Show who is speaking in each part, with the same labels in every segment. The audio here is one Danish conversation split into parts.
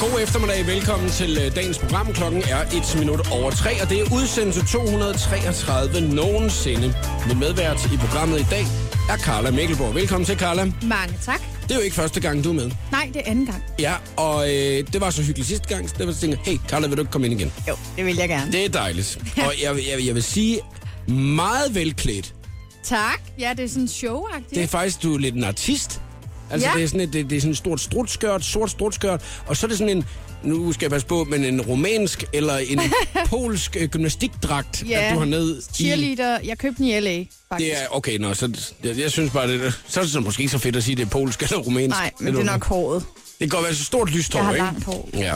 Speaker 1: God eftermiddag. Velkommen til øh, dagens program. Klokken er 1 minut over 3, og det er udsendelse 233 nogensinde. Min medvært i programmet i dag er Carla Mikkelborg. Velkommen til, Carla.
Speaker 2: Mange tak.
Speaker 1: Det er jo ikke første gang, du er med.
Speaker 2: Nej, det er anden gang.
Speaker 1: Ja, og øh, det var så hyggeligt sidste gang, så det var jeg tænkte, hey, Carla, vil du ikke komme ind igen?
Speaker 2: Jo, det vil jeg gerne.
Speaker 1: Det er dejligt. Og jeg, jeg, jeg vil sige, meget velklædt.
Speaker 2: Tak. Ja, det er sådan showagtigt.
Speaker 1: Det er faktisk, du er lidt en artist. Altså,
Speaker 2: Ja.
Speaker 1: det, er sådan et, det, det er sådan et stort strutskørt, sort strutskørt, og så er det sådan en, nu skal jeg passe på, men en romansk eller en polsk øh, gymnastikdragt, at du har ned i.
Speaker 2: Cheerleader. Jeg købte den i L.A., faktisk.
Speaker 1: Det er, okay, nå, så, jeg, jeg synes bare, det, er- så er det sådan måske ikke så fedt at sige, det er polsk eller romansk.
Speaker 2: Nej, men det
Speaker 1: du-
Speaker 2: er nok håret.
Speaker 1: Det kan godt være så stort lyst hår,
Speaker 2: Jeg har
Speaker 1: ikke?
Speaker 2: langt hår.
Speaker 1: Ja.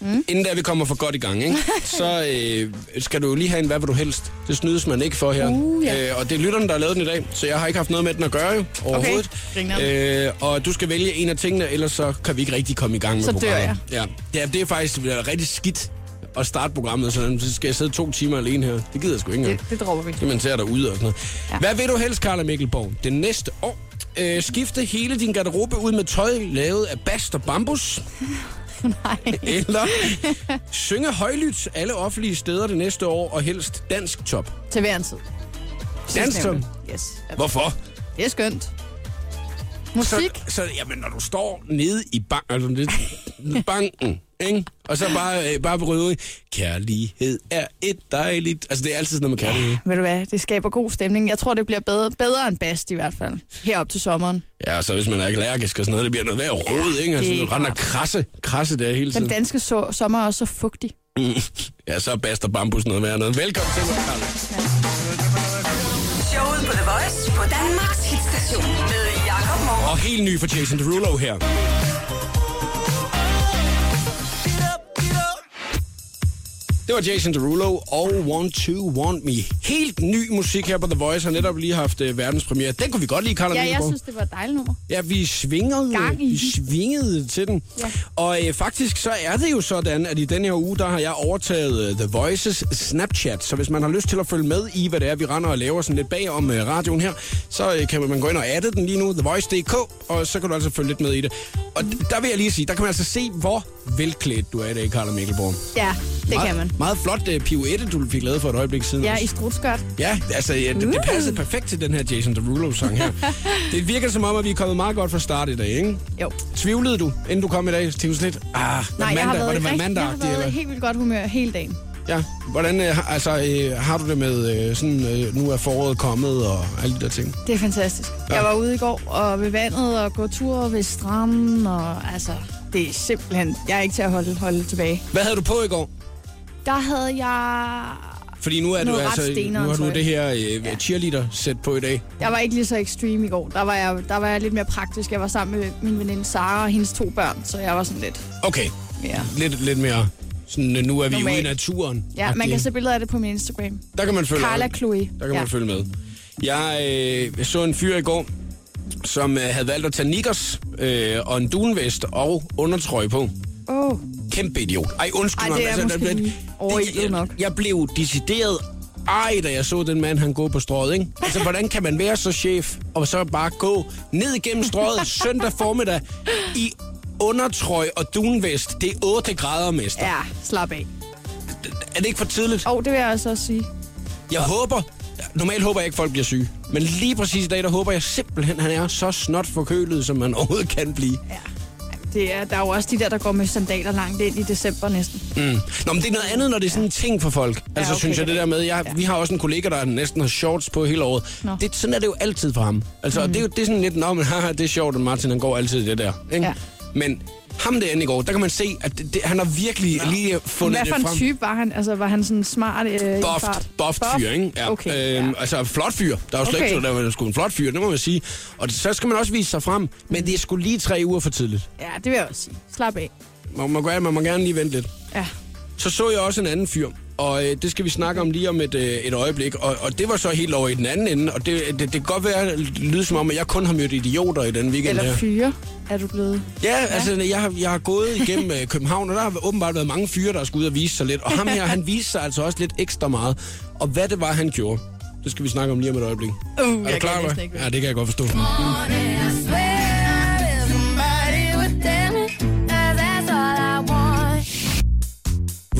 Speaker 1: Mm. Inden da vi kommer for godt i gang, ikke? så øh, skal du jo lige have en hvad vil du helst. Det snydes man ikke for her.
Speaker 2: Uh, ja.
Speaker 1: øh, og det er lytteren, der har lavet den i dag, så jeg har ikke haft noget med den at gøre jo, overhovedet.
Speaker 2: grineren.
Speaker 1: Øh, og du skal vælge en af tingene, ellers så kan vi ikke rigtig komme i gang med
Speaker 2: Så dør
Speaker 1: programmet. jeg. Ja. ja, det er faktisk det bliver rigtig skidt at starte programmet, sådan, så skal jeg sidde to timer alene her. Det gider jeg sgu ikke engang.
Speaker 2: Det, det dropper vi.
Speaker 1: Det man ser derude og sådan noget. Ja.
Speaker 2: Ja.
Speaker 1: Hvad vil du helst, Karla Mikkelborg? Det næste år øh, skifte hele din garderobe ud med tøj lavet af bast og bambus?
Speaker 2: Nej.
Speaker 1: Eller synge højlydt alle offentlige steder det næste år, og helst dansk top?
Speaker 2: Til hver en tid.
Speaker 1: Dansk top?
Speaker 2: Sidstnævnte. Yes. Ja,
Speaker 1: Hvorfor?
Speaker 2: Det er skønt. Musik.
Speaker 1: Så, så jamen, når du står nede i bank, altså, det, banken, ikke? og så bare, øh, bare berøve, kærlighed er et dejligt... Altså, det er altid sådan noget med kærlighed.
Speaker 2: Ved du hvad, det skaber god stemning. Jeg tror, det bliver bedre, bedre end bast i hvert fald. Herop til sommeren.
Speaker 1: Ja, og så hvis man er allergisk og sådan noget, det bliver noget værd råd, ikke? Altså,
Speaker 2: det er
Speaker 1: du render
Speaker 2: klart.
Speaker 1: krasse, krasse der hele
Speaker 2: Den
Speaker 1: tiden.
Speaker 2: danske so- sommer er også så fugtig.
Speaker 1: Ja, så er Basta Bambus noget værd noget. Velkommen til, Carl.
Speaker 3: Showet på The Voice på Danmarks hitstation med Jakob Morup.
Speaker 1: Og helt ny for Jason Derulo her. Det var Jason Derulo og One Two Want Me. Helt ny musik her på The Voice. Har netop lige haft uh, verdenspremiere. Den kunne vi godt lide, Carla
Speaker 2: Ja, jeg
Speaker 1: Mikkelborg.
Speaker 2: synes, det var et dejligt nummer.
Speaker 1: Ja, vi svingede,
Speaker 2: Gang i
Speaker 1: vi
Speaker 2: den.
Speaker 1: svingede til den. Ja.
Speaker 2: Ja.
Speaker 1: Og øh, faktisk så er det jo sådan, at i den her uge, der har jeg overtaget øh, The Voices Snapchat. Så hvis man har lyst til at følge med i, hvad det er, vi render og laver sådan lidt bag om øh, radioen her, så øh, kan man gå ind og adde den lige nu, thevoice.dk, og så kan du altså følge lidt med i det. Og d- der vil jeg lige sige, der kan man altså se, hvor velklædt du er i dag, Karla Mikkelborg.
Speaker 2: Ja, det
Speaker 1: meget,
Speaker 2: kan man.
Speaker 1: Meget flot øh, pirouette, du fik lavet for et øjeblik siden.
Speaker 2: Ja,
Speaker 1: også.
Speaker 2: i strutskørt.
Speaker 1: Ja, altså, ja, det, det
Speaker 2: Mm.
Speaker 1: passede perfekt til den her Jason Derulo-sang her. det virker som om, at vi er kommet meget godt fra start i dag, ikke?
Speaker 2: Jo.
Speaker 1: Tvivlede du, inden du kom i dag? Tænkte du lidt, ah, var
Speaker 2: Nej,
Speaker 1: det
Speaker 2: jeg har
Speaker 1: mandag, var det var
Speaker 2: været, rigtig, jeg har
Speaker 1: mandagtigt,
Speaker 2: været
Speaker 1: eller?
Speaker 2: i helt vildt godt humør hele dagen.
Speaker 1: Ja, hvordan øh, har- altså, øh, har du det med, øh, sådan, øh, nu er foråret kommet og alle de der ting?
Speaker 2: Det er fantastisk.
Speaker 1: Ja.
Speaker 2: Ja. Jeg var ude i går og ved vandet og gå ture ved stranden, og altså, det er simpelthen, jeg er ikke til at holde, holde tilbage.
Speaker 1: Hvad havde du på i går?
Speaker 2: Der havde jeg...
Speaker 1: Fordi nu er du,
Speaker 2: Noget ret
Speaker 1: altså, nu
Speaker 2: steneren
Speaker 1: har du
Speaker 2: tøj.
Speaker 1: det her øh, cheerleader-sæt på i dag.
Speaker 2: Jeg var ikke lige så ekstrem i går. Der var, jeg, der var jeg lidt mere praktisk. Jeg var sammen med min veninde Sara og hendes to børn, så jeg var sådan lidt
Speaker 1: Okay,
Speaker 2: mere...
Speaker 1: lidt, lidt mere sådan, øh, nu er vi
Speaker 2: Normalt.
Speaker 1: ude i naturen.
Speaker 2: Ja, man
Speaker 1: Agtig.
Speaker 2: kan se billeder af det på min Instagram.
Speaker 1: Der kan man følge
Speaker 2: Carla
Speaker 1: med.
Speaker 2: Chloe.
Speaker 1: Der kan ja.
Speaker 2: ja.
Speaker 1: man følge med. Jeg øh, så en fyr i går, som øh, havde valgt at tage nikkers øh, og en dunvest og undertrøje på.
Speaker 2: Åh, oh,
Speaker 1: Kæmpe idiot. Ej, undskyld
Speaker 2: Ej,
Speaker 1: mig,
Speaker 2: det er
Speaker 1: men
Speaker 2: måske
Speaker 1: det-
Speaker 2: lige overilet
Speaker 1: jeg-
Speaker 2: nok.
Speaker 1: Jeg blev decideret ej, da jeg så den mand, han gå på strået, ikke? Altså, hvordan kan man være så chef, og så bare gå ned igennem strøget søndag formiddag i undertrøj og dunvest? Det er 8 grader, mester. Ja.
Speaker 2: ja, slap af.
Speaker 1: Er det ikke for tidligt?
Speaker 2: Og oh, det vil jeg altså også sige.
Speaker 1: Jeg håber, normalt håber jeg ikke, folk bliver syge. Men lige præcis i dag, der håber jeg simpelthen, han er så snot forkølet, som man overhovedet kan blive.
Speaker 2: Ja. Det er, der er jo også de der, der går med sandaler langt ind i december næsten.
Speaker 1: Mm. Nå, men det er noget andet, når det er sådan en ting for folk. Altså, ja, okay,
Speaker 2: okay,
Speaker 1: synes jeg
Speaker 2: det
Speaker 1: det
Speaker 2: er
Speaker 1: der med, jeg, vi har også en kollega, der næsten har shorts på hele året.
Speaker 2: Nå.
Speaker 1: Det, sådan er det jo altid for ham. Altså, mm. det, er jo, det er sådan lidt, nå, men haha, det er sjovt, at Martin han går altid i det der. Ikke? Ja.
Speaker 2: Ja.
Speaker 1: Men ham derinde i går, der kan man se, at det, det, han har virkelig nå. lige fundet
Speaker 2: Hvad
Speaker 1: det
Speaker 2: for
Speaker 1: frem.
Speaker 2: en type var han? Altså, var han sådan smart? Øh, i fart?
Speaker 1: Buffed, buffed fyr, ikke? Ja.
Speaker 2: Okay, ja.
Speaker 1: Øhm, Altså, flot fyr. Der er jo slet okay.
Speaker 2: Okay.
Speaker 1: ikke, så der var sgu en flot fyr, det må man sige. Og det, så skal man også vise sig frem, men det er sgu lige tre uger for tidligt.
Speaker 2: ja, det vil jeg også sige. Slap af.
Speaker 1: Man må, gerne- man må gerne lige vente lidt.
Speaker 2: Ja.
Speaker 1: Så så jeg også en anden fyr, og øh, det skal vi snakke om lige om et, øh, et øjeblik. Og, og det var så helt over i den anden ende, og det, det, det kan godt være, at det lyder som om, at jeg kun har mødt idioter i den weekend
Speaker 2: Eller
Speaker 1: her.
Speaker 2: fyre er du blevet.
Speaker 1: Ja, altså jeg har, jeg har gået igennem øh, København, og der har åbenbart været mange fyre, der skulle ud og vise sig lidt. Og ham her, han viste sig altså også lidt ekstra meget. Og hvad det var, han gjorde, det skal vi snakke om lige om et øjeblik.
Speaker 2: Uh,
Speaker 1: er du klar, over det? Ja, det kan jeg godt forstå.
Speaker 4: I swear I live somebody within me. 'Cause that's all I want.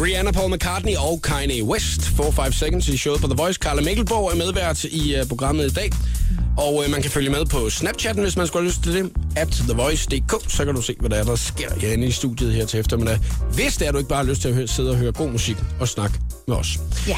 Speaker 1: Rihanna, Paul McCartney og Kanye West. 4-5 seconds i showet på The Voice. Carla Mikkelborg er medvært i øh, programmet i dag. Og øh, man kan følge med på Snapchatten, hvis man skulle have lyst til det. At thevoice.dk, så kan du se, hvad der er, der sker herinde i studiet her til eftermiddag. Hvis det er, du ikke bare har lyst til at hø- sidde og høre god musik og snakke med os.
Speaker 4: Ja.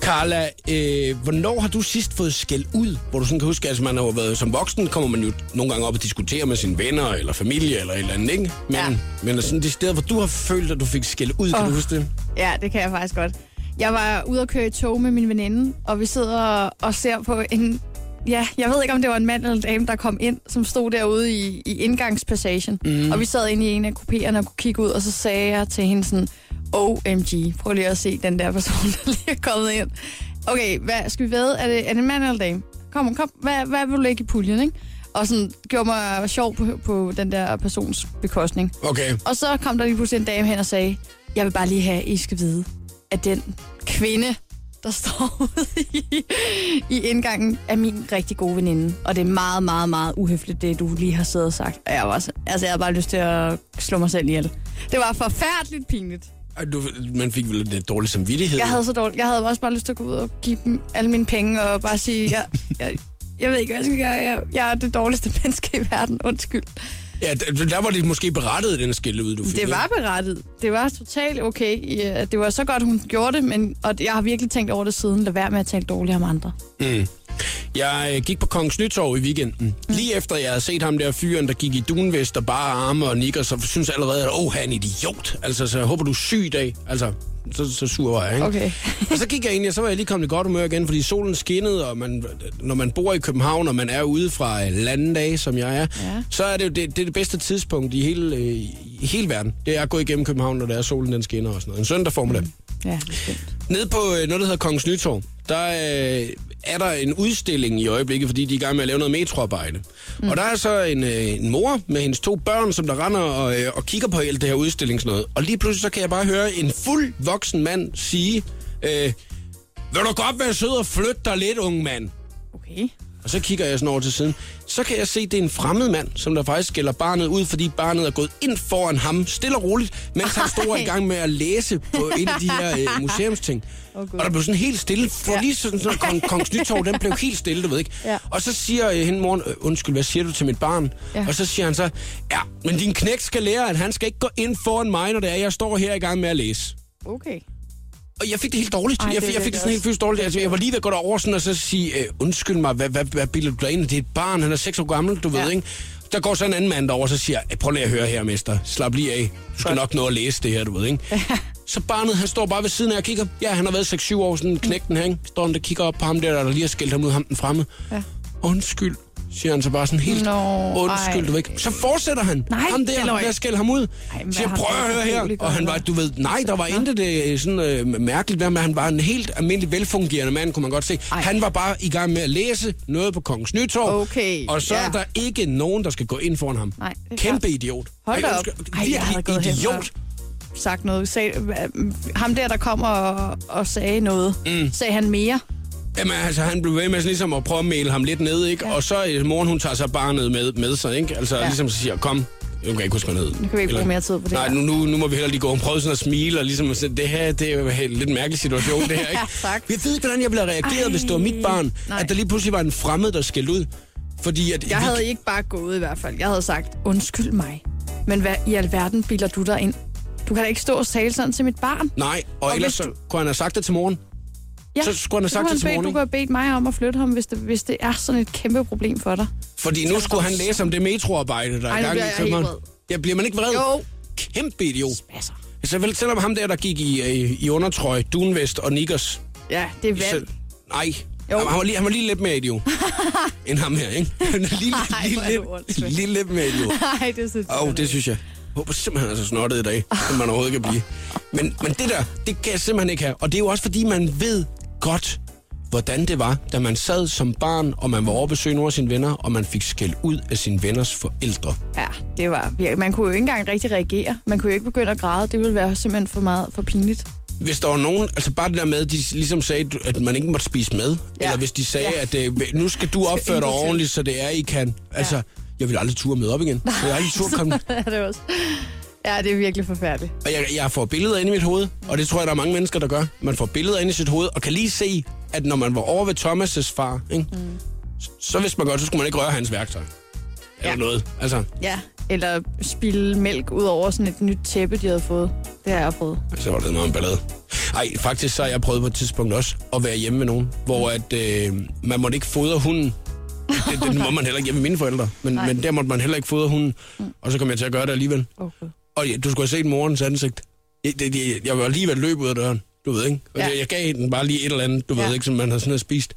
Speaker 1: Carla, øh, hvornår har du sidst fået skæld ud? Hvor du sådan kan huske, at altså, man har jo været som voksen, kommer man jo nogle gange op og diskuterer med sine venner eller familie eller et eller andet, ikke? Men,
Speaker 4: Ja.
Speaker 1: men sådan de steder, hvor du har følt, at du fik skæld ud, kan
Speaker 2: Åh.
Speaker 1: du huske det?
Speaker 2: Ja, det kan jeg faktisk godt. Jeg var ude og køre i tog med min veninde, og vi sidder og ser på en... Ja, jeg ved ikke, om det var en mand eller en dame, der kom ind, som stod derude i, i indgangspassagen. Mm. Og vi sad inde i en af kopierne og kunne kigge ud, og så sagde jeg til hende sådan, OMG, prøv lige at se den der person, der lige er kommet ind. Okay, hvad, skal vi ved? Er det, er det en mand eller en dame? Kom, kom, hvad, hvad vil du lægge i puljen, ikke? Og sådan gjorde mig sjov på, på den der persons bekostning.
Speaker 1: Okay.
Speaker 2: Og så kom der lige pludselig en dame hen og sagde, jeg vil bare lige have, at I skal vide, at den kvinde, der står ude i, i indgangen, er min rigtig gode veninde. Og det er meget, meget, meget uhøfligt, det du lige har siddet og sagt. Og jeg var også, altså, jeg havde bare lyst til at slå mig selv ihjel. Det var forfærdeligt pinligt.
Speaker 1: Ej, Du, man fik vel lidt dårlig samvittighed.
Speaker 2: Jeg havde så dårligt. Jeg havde også bare lyst til at gå ud og give dem alle mine penge og bare sige, jeg, jeg, jeg ved ikke, hvad jeg skal gøre. Jeg, jeg er det dårligste menneske i verden. Undskyld.
Speaker 1: Ja, der, der var det måske berettet, den skæld ud, du fik.
Speaker 2: Det
Speaker 1: ikke?
Speaker 2: var berettet. Det var totalt okay. Ja, det var så godt, hun gjorde det, men, og jeg har virkelig tænkt over det siden. Lad være med at tale dårligt om andre.
Speaker 1: Mm. Jeg øh, gik på Kongens Nytorv i weekenden.
Speaker 2: Mm.
Speaker 1: Lige efter jeg havde set ham der fyren, der gik i dunvest og bare arme og nikker, så synes jeg allerede, at åh, han er en idiot. Altså, så jeg håber, du er syg i dag. Altså, så, så sur var jeg, ikke?
Speaker 2: Okay.
Speaker 1: og så gik jeg egentlig, og så var jeg lige kommet i godt humør igen, fordi solen skinnede, og man, når man bor i København, og man er ude fra øh, landdage, som jeg er,
Speaker 2: Ja.
Speaker 1: så er det jo det, det, er det bedste tidspunkt i hele, øh, i hele verden. Det er at gå igennem København, når der er solen, den skinner og sådan noget. En søndag formiddag. Mm.
Speaker 2: Ja, bestemt.
Speaker 1: Nede på øh, noget, der hedder Kongens Nytorv, der øh, er der en udstilling i øjeblikket, fordi de er i gang med at lave noget metroarbejde. Mm. Og der er så en, øh, en mor med hendes to børn, som der render og, øh, og kigger på hele det her udstillingsnød. Og lige pludselig så kan jeg bare høre en fuld voksen mand sige, øh, vil du godt være sød og flytte dig lidt, unge mand?
Speaker 2: Okay.
Speaker 1: Og så kigger jeg sådan over til siden. Så kan jeg se, at det er en fremmed mand, som der faktisk skælder barnet ud, fordi barnet er gået ind foran ham, stille og roligt, mens han står
Speaker 2: Ej.
Speaker 1: i gang med at læse på en af de her øh, museumsting.
Speaker 2: Åh, Gud.
Speaker 1: og der blev sådan helt stille, for
Speaker 2: Ja.
Speaker 1: lige sådan, sådan kong, Kongens Nytorv, den blev helt stille, du ved ikke.
Speaker 2: Ja.
Speaker 1: Og så siger øh, hende moren, "Øh, undskyld, hvad siger du til mit barn?
Speaker 2: Ja.
Speaker 1: Og så siger han så, ja, men din knæk skal lære, at han skal ikke gå ind foran mig, når det er, jeg står her i gang med at læse.
Speaker 2: Okay.
Speaker 1: Og jeg fik det helt dårligt.
Speaker 2: Ej,
Speaker 1: Ej,
Speaker 2: det
Speaker 1: jeg, fik, jeg
Speaker 2: vil
Speaker 1: fik
Speaker 2: jeg
Speaker 1: det sådan helt
Speaker 2: også.
Speaker 1: fysisk dårligt. Altså, jeg var lige ved at gå derover sådan, og så sige, øh, undskyld mig, hvad, hvad, hvad bilder du dig ind? Det er et barn, han er seks år gammel, du ja.
Speaker 2: Ja.
Speaker 1: ved, ikke? Der går så en anden mand derover og så siger, jeg, prøv lige at høre her, mester. Slap lige af. Du skal nok nå at læse det her, du ved, ikke? så barnet, han står bare ved siden af og kigger. Ja, han har været 6-7 år, sådan knægten her, ikke? Står han der kigger op på ham der, der lige har skældt ham ud, ham den fremme.
Speaker 2: Ja.
Speaker 1: Undskyld, siger han så bare sådan helt.
Speaker 2: Nå,
Speaker 1: undskyld,
Speaker 2: ej.
Speaker 1: du ved ikke. Så fortsætter han.
Speaker 2: Nej,
Speaker 1: ham
Speaker 2: det er
Speaker 1: der,
Speaker 2: løgn.
Speaker 1: med at skælde ham ud.
Speaker 2: Ej, men
Speaker 1: siger,
Speaker 2: hvad har
Speaker 1: prøv at høre
Speaker 2: han for
Speaker 1: her.
Speaker 2: utrolig
Speaker 1: Og han
Speaker 2: godt
Speaker 1: var, du ved, nej, der var intet det øh, sådan øh, mærkeligt ved, men han var en helt almindelig velfungerende mand, kunne man godt se. Ej.
Speaker 2: Ej.
Speaker 1: Han var bare i gang med at læse noget på Kongens Nytorv,
Speaker 2: Okay,
Speaker 1: og så er
Speaker 2: ja.
Speaker 1: der ikke nogen, der skal gå ind foran ham.
Speaker 2: Nej, det er
Speaker 1: Kæmpe
Speaker 2: klart.
Speaker 1: idiot.
Speaker 2: Hold da op.
Speaker 1: undskyld,
Speaker 2: Ej, jeg havde gået hen
Speaker 1: Virkelig
Speaker 2: og-
Speaker 1: idiot.
Speaker 2: Sagt noget. Sag, hva- ham der, der kom og, og sagde noget. Mm. Sagde han mere?
Speaker 1: Jamen altså, han blev ved med sådan ligesom at prøve at male ham lidt ned, ikke? Ja.
Speaker 2: Ja.
Speaker 1: Og så øh, moren, hun tager sig barnet med, med sig, ikke? Altså ja.
Speaker 2: Ja.
Speaker 1: ligesom siger, kom, nu kan jeg ikke huske, hvad ned. Nu
Speaker 2: kan vi ikke bruge mere tid på det
Speaker 1: Nej,
Speaker 2: her.
Speaker 1: nu, nu, nu må vi heller lige gå og prøve sådan at smile, og ligesom at sige, det her, det er jo en lidt mærkelig situation, det her, ikke?
Speaker 2: Ja, tak.
Speaker 1: Jeg ved ikke, hvordan jeg ville have reageret, Ej, hvis det var mit barn, nej.
Speaker 2: nej.
Speaker 1: at der lige pludselig var en fremmed, der skældte ud. Fordi at...
Speaker 2: Jeg
Speaker 1: vi-
Speaker 2: havde ikke bare gået i hvert fald. Jeg havde sagt, undskyld mig. Men hvad i alverden bilder du dig ind? Du kan da ikke stå og tale sådan til mit barn.
Speaker 1: Nej, og, og
Speaker 2: Og
Speaker 1: ellers
Speaker 2: hvis
Speaker 1: så,
Speaker 2: du-
Speaker 1: kunne han have sagt det til morgen.
Speaker 2: Ja,
Speaker 1: Så skulle han have sagt
Speaker 2: kunne
Speaker 1: det til
Speaker 2: bede-
Speaker 1: morgen,
Speaker 2: Du
Speaker 1: ikke?
Speaker 2: kunne have bedt mig om at flytte ham, hvis det, hvis det er sådan et kæmpe problem for dig.
Speaker 1: Fordi nu skulle han læse om det metroarbejde, der er
Speaker 2: Ej,
Speaker 1: i
Speaker 2: nu
Speaker 1: gang i
Speaker 2: bliver jeg helt
Speaker 1: København.
Speaker 2: vred.
Speaker 1: Ja, bliver man ikke vred?
Speaker 2: Jo.
Speaker 1: Kæmpe idiot.
Speaker 2: Spasser.
Speaker 1: Så vel, selvom ham der, der gik i, øh, i undertrøj, dunvest og nikkers.
Speaker 2: Ja, det er valg.
Speaker 1: Så, nej,
Speaker 2: Jo.
Speaker 1: han, han, var lige, han var lige lidt mere idiot end ham her, ikke? Han er lige,
Speaker 2: Ej,
Speaker 1: lige,
Speaker 2: hvor er du
Speaker 1: lidt,
Speaker 2: åndssvag.
Speaker 1: lige lidt mere idiot.
Speaker 2: Nej, det synes
Speaker 1: Åh, oh, det synes jeg. Jeg håber simpelthen, han er så snottet i dag, som man overhovedet kan blive. Men, men det der, det kan jeg simpelthen ikke have. Og det er jo også, fordi man ved godt, hvordan det var, da man sad som barn, og man var over at besøge nogle af sine venner, og man fik skæld ud af sine venners forældre.
Speaker 2: Ja, det var virkelig. Man kunne jo ikke engang rigtig reagere. Man kunne jo ikke begynde at græde. Det ville være simpelthen for meget for pinligt.
Speaker 1: Hvis der var nogen, altså bare det der med, at de ligesom sagde, at man ikke måtte spise med, ja.
Speaker 2: Ja.
Speaker 1: eller hvis de sagde, ja.
Speaker 2: Ja.
Speaker 1: at øh, nu skal du opføre dig
Speaker 2: intet til.
Speaker 1: ordentligt, så det er, I kan. Altså, jeg vil aldrig turde møde op igen. Jeg vil aldrig turde komme.
Speaker 2: det også. Ja, det er virkelig forfærdeligt.
Speaker 1: Og jeg, jeg får billeder ind i mit hoved, og det tror jeg, der er mange mennesker, der gør. Man får billeder ind i sit hoved, og kan lige se, at når man var over ved Thomas' far, ikke? Mm. Så, så vidste man godt, så skulle man ikke røre hans værktøj. Eller
Speaker 2: Ja.
Speaker 1: noget. Altså,
Speaker 2: Ja. Eller spille mælk ud over sådan et nyt tæppe, de havde fået. Det har jeg prøvet.
Speaker 1: så var det noget om ballade. Ej, faktisk så har jeg prøvet på et tidspunkt også at være hjemme med nogen, hvor at, øh, man måtte ikke fodre hunden. Det, det må man heller ikke hjemme med mine forældre, men,
Speaker 2: Nej. Mm.
Speaker 1: men der måtte man heller ikke fodre hunden. Og så kom jeg til at gøre det alligevel.
Speaker 2: Okay.
Speaker 1: Og ja, du skulle have set morens ansigt. Jeg, det, det, jeg var lige ved at løbe ud af døren, du ved ikke? Og
Speaker 2: Ja.
Speaker 1: ja. jeg gav den bare lige et eller andet, du ja.
Speaker 2: Ja.
Speaker 1: ved ikke, som man har sådan her spist.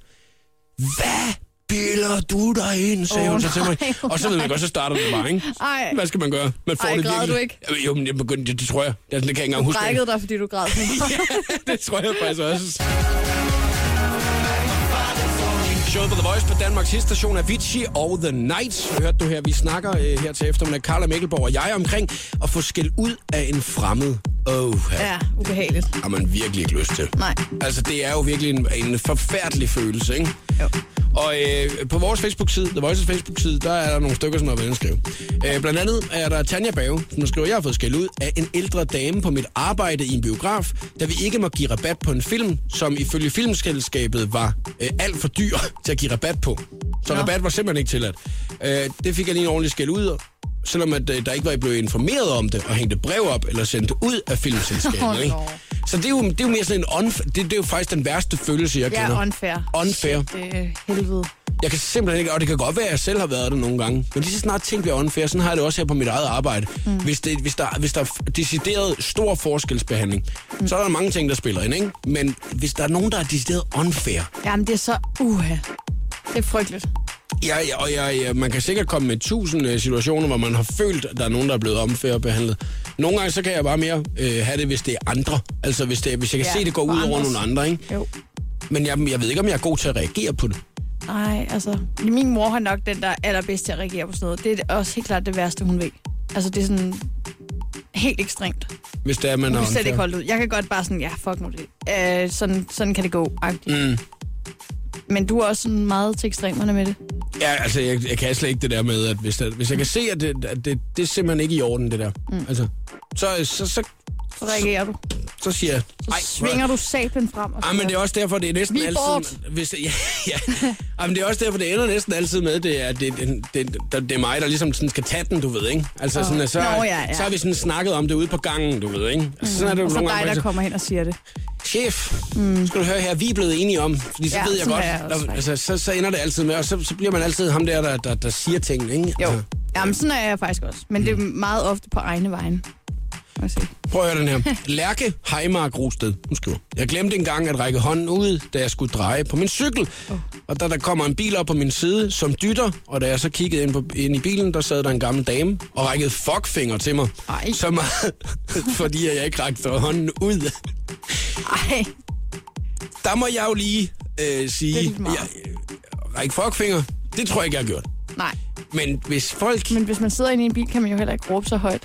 Speaker 1: Hvad biller du dig ind, sagde
Speaker 2: Åh,
Speaker 1: hun så til mig.
Speaker 2: nej, åh,
Speaker 1: og så ved man
Speaker 2: nej.
Speaker 1: godt, så starter det bare, ikke?
Speaker 2: Ej.
Speaker 1: Hvad skal man gøre? Man får
Speaker 2: Ej,
Speaker 1: det
Speaker 2: græd
Speaker 1: virkelig.
Speaker 2: du ikke?
Speaker 1: Jamen, Jo, men jeg begyndte, det, det tror jeg. Det, er sådan, det kan jeg ikke engang huske.
Speaker 2: Brækkede dig, fordi du græd.
Speaker 1: det tror jeg faktisk også. Showet på The Voice på Danmarks hitstation Avicii og The Nights. Hørte du her, vi snakker øh, her til eftermiddag, Carla Mikkelborg og jeg omkring at få skæld ud af en fremmed. Åh, oh, ja.
Speaker 2: ja, ubehageligt.
Speaker 1: har man virkelig ikke lyst til.
Speaker 2: Nej.
Speaker 1: Altså, det er jo virkelig en, en forfærdelig følelse, ikke?
Speaker 2: Jo.
Speaker 1: Og øh, på vores Facebook-side, The Voices Facebook-side, der er der nogle stykker, som har været indskrevet. Øh, blandt andet er der Tanja Bave, som skriver, jeg har fået skæld ud af en ældre dame på mit arbejde i en biograf, da vi ikke må give rabat på en film, som ifølge filmselskabet var øh, alt for dyr til at give rabat på. Så
Speaker 2: Nå.
Speaker 1: rabat var simpelthen ikke tilladt. Øh, det fik jeg lige en ordentlig skæld ud, selvom at, øh, der ikke var blevet informeret om det, og hængte brev op eller sendt det ud af filmselskabet.
Speaker 2: Åh,
Speaker 1: ikke?
Speaker 2: nå.
Speaker 1: Så det er jo, det er jo mere sådan en unfair, det, det er jo faktisk den værste følelse, jeg
Speaker 2: Ja,
Speaker 1: kender.
Speaker 2: unfair.
Speaker 1: Unfair.
Speaker 2: Shit, det er helvede.
Speaker 1: Jeg kan simpelthen ikke, og det kan godt være, at jeg selv har været der nogle gange. Men lige så snart ting bliver unfair, sådan har jeg det også her på mit eget arbejde. Mm. Hvis, det, hvis, der, hvis der er decideret stor forskelsbehandling, mm. så er der mange ting, der spiller ind, ikke? Men hvis der er nogen, der er decideret unfair,
Speaker 2: Jamen, det er så uha. Det er frygteligt.
Speaker 1: ja, ja, og ja, ja, man kan sikkert komme med tusind øh, situationer, hvor man har følt, at der er nogen, der er blevet unfair behandlet. Nogle gange, så kan jeg bare mere øh, have det, hvis det er andre. Altså, hvis, det, hvis jeg kan
Speaker 2: Ja,
Speaker 1: se, det går ud
Speaker 2: for
Speaker 1: over
Speaker 2: andres.
Speaker 1: nogle andre, ikke?
Speaker 2: Jo.
Speaker 1: Men jeg, jeg ved ikke, om jeg er god til at reagere på det.
Speaker 2: Nej, altså, min mor har nok den, der er allerbedst til at reagere på sådan noget. Det er også helt klart det værste, hun ved. Altså, det er sådan helt ekstremt.
Speaker 1: Hvis det er, man
Speaker 2: Hun
Speaker 1: er
Speaker 2: kan slet
Speaker 1: unfair.
Speaker 2: ikke holde ud. Jeg kan godt bare sådan, ja, fuck nu det. Øh, sådan, sådan kan det gå, mm. Men du er også sådan meget til ekstremerne med det.
Speaker 1: Ja, altså, jeg, jeg kan slet ikke det der med, at hvis, der, hvis jeg kan se, at det, at det, det er simpelthen ikke i orden, det der. Mm. Altså, så, så, så,
Speaker 2: Så reagerer du.
Speaker 1: så siger jeg...
Speaker 2: Så
Speaker 1: "Ej,
Speaker 2: svinger du sablen frem. Og
Speaker 1: Ej, men det er også derfor, det er næsten
Speaker 2: Vi er
Speaker 1: altid... Hvis, ja, ja. Ej, men det er også derfor, det ender næsten altid med, det er, det, det, det, det er mig, der ligesom sådan skal tage den, du ved, ikke? Altså, sådan, at så,
Speaker 2: Nå, ja, ja.
Speaker 1: så har vi sådan snakket om det ude på gangen, du ved, ikke? Altså, sådan er det jo
Speaker 2: og så
Speaker 1: nogle
Speaker 2: dig,
Speaker 1: gange,
Speaker 2: der
Speaker 1: hvor
Speaker 2: kommer hen og siger det.
Speaker 1: jeg siger, Chef, mm. skal du høre her, vi er blevet enige om, fordi så
Speaker 2: Ja,
Speaker 1: ved jeg
Speaker 2: sådan
Speaker 1: godt,
Speaker 2: er jeg også,
Speaker 1: der,
Speaker 2: faktisk.
Speaker 1: altså, så, så ender det altid med, og så, så bliver man altid ham der, der, der, der siger ting, ikke?
Speaker 2: Jo.
Speaker 1: Altså,
Speaker 2: Jamen, sådan er jeg faktisk også. Men det
Speaker 1: Mm.
Speaker 2: er meget ofte på egne vegne. Må jeg se.
Speaker 1: Prøv at høre den her. Lærke Heimark Rosted, hun skriver. Jeg glemte engang at række hånden ud, da jeg skulle dreje på min cykel. Oh. Og da der kommer en bil op på min side, som dytter, og da jeg så kiggede ind, på, ind i bilen, der sad der en gammel dame og rækkede fuckfinger til mig.
Speaker 2: Ej.
Speaker 1: Så meget, fordi jeg ikke rakte hånden ud.
Speaker 2: Ej,
Speaker 1: Der må jeg jo lige øh, sige,
Speaker 2: Lidt meget.
Speaker 1: jeg, øh, række fuckfinger, det tror jeg ikke, jeg har gjort.
Speaker 2: nej.
Speaker 1: Men hvis folk...
Speaker 2: Men hvis man sidder inde i en bil, kan man jo heller ikke råbe så højt.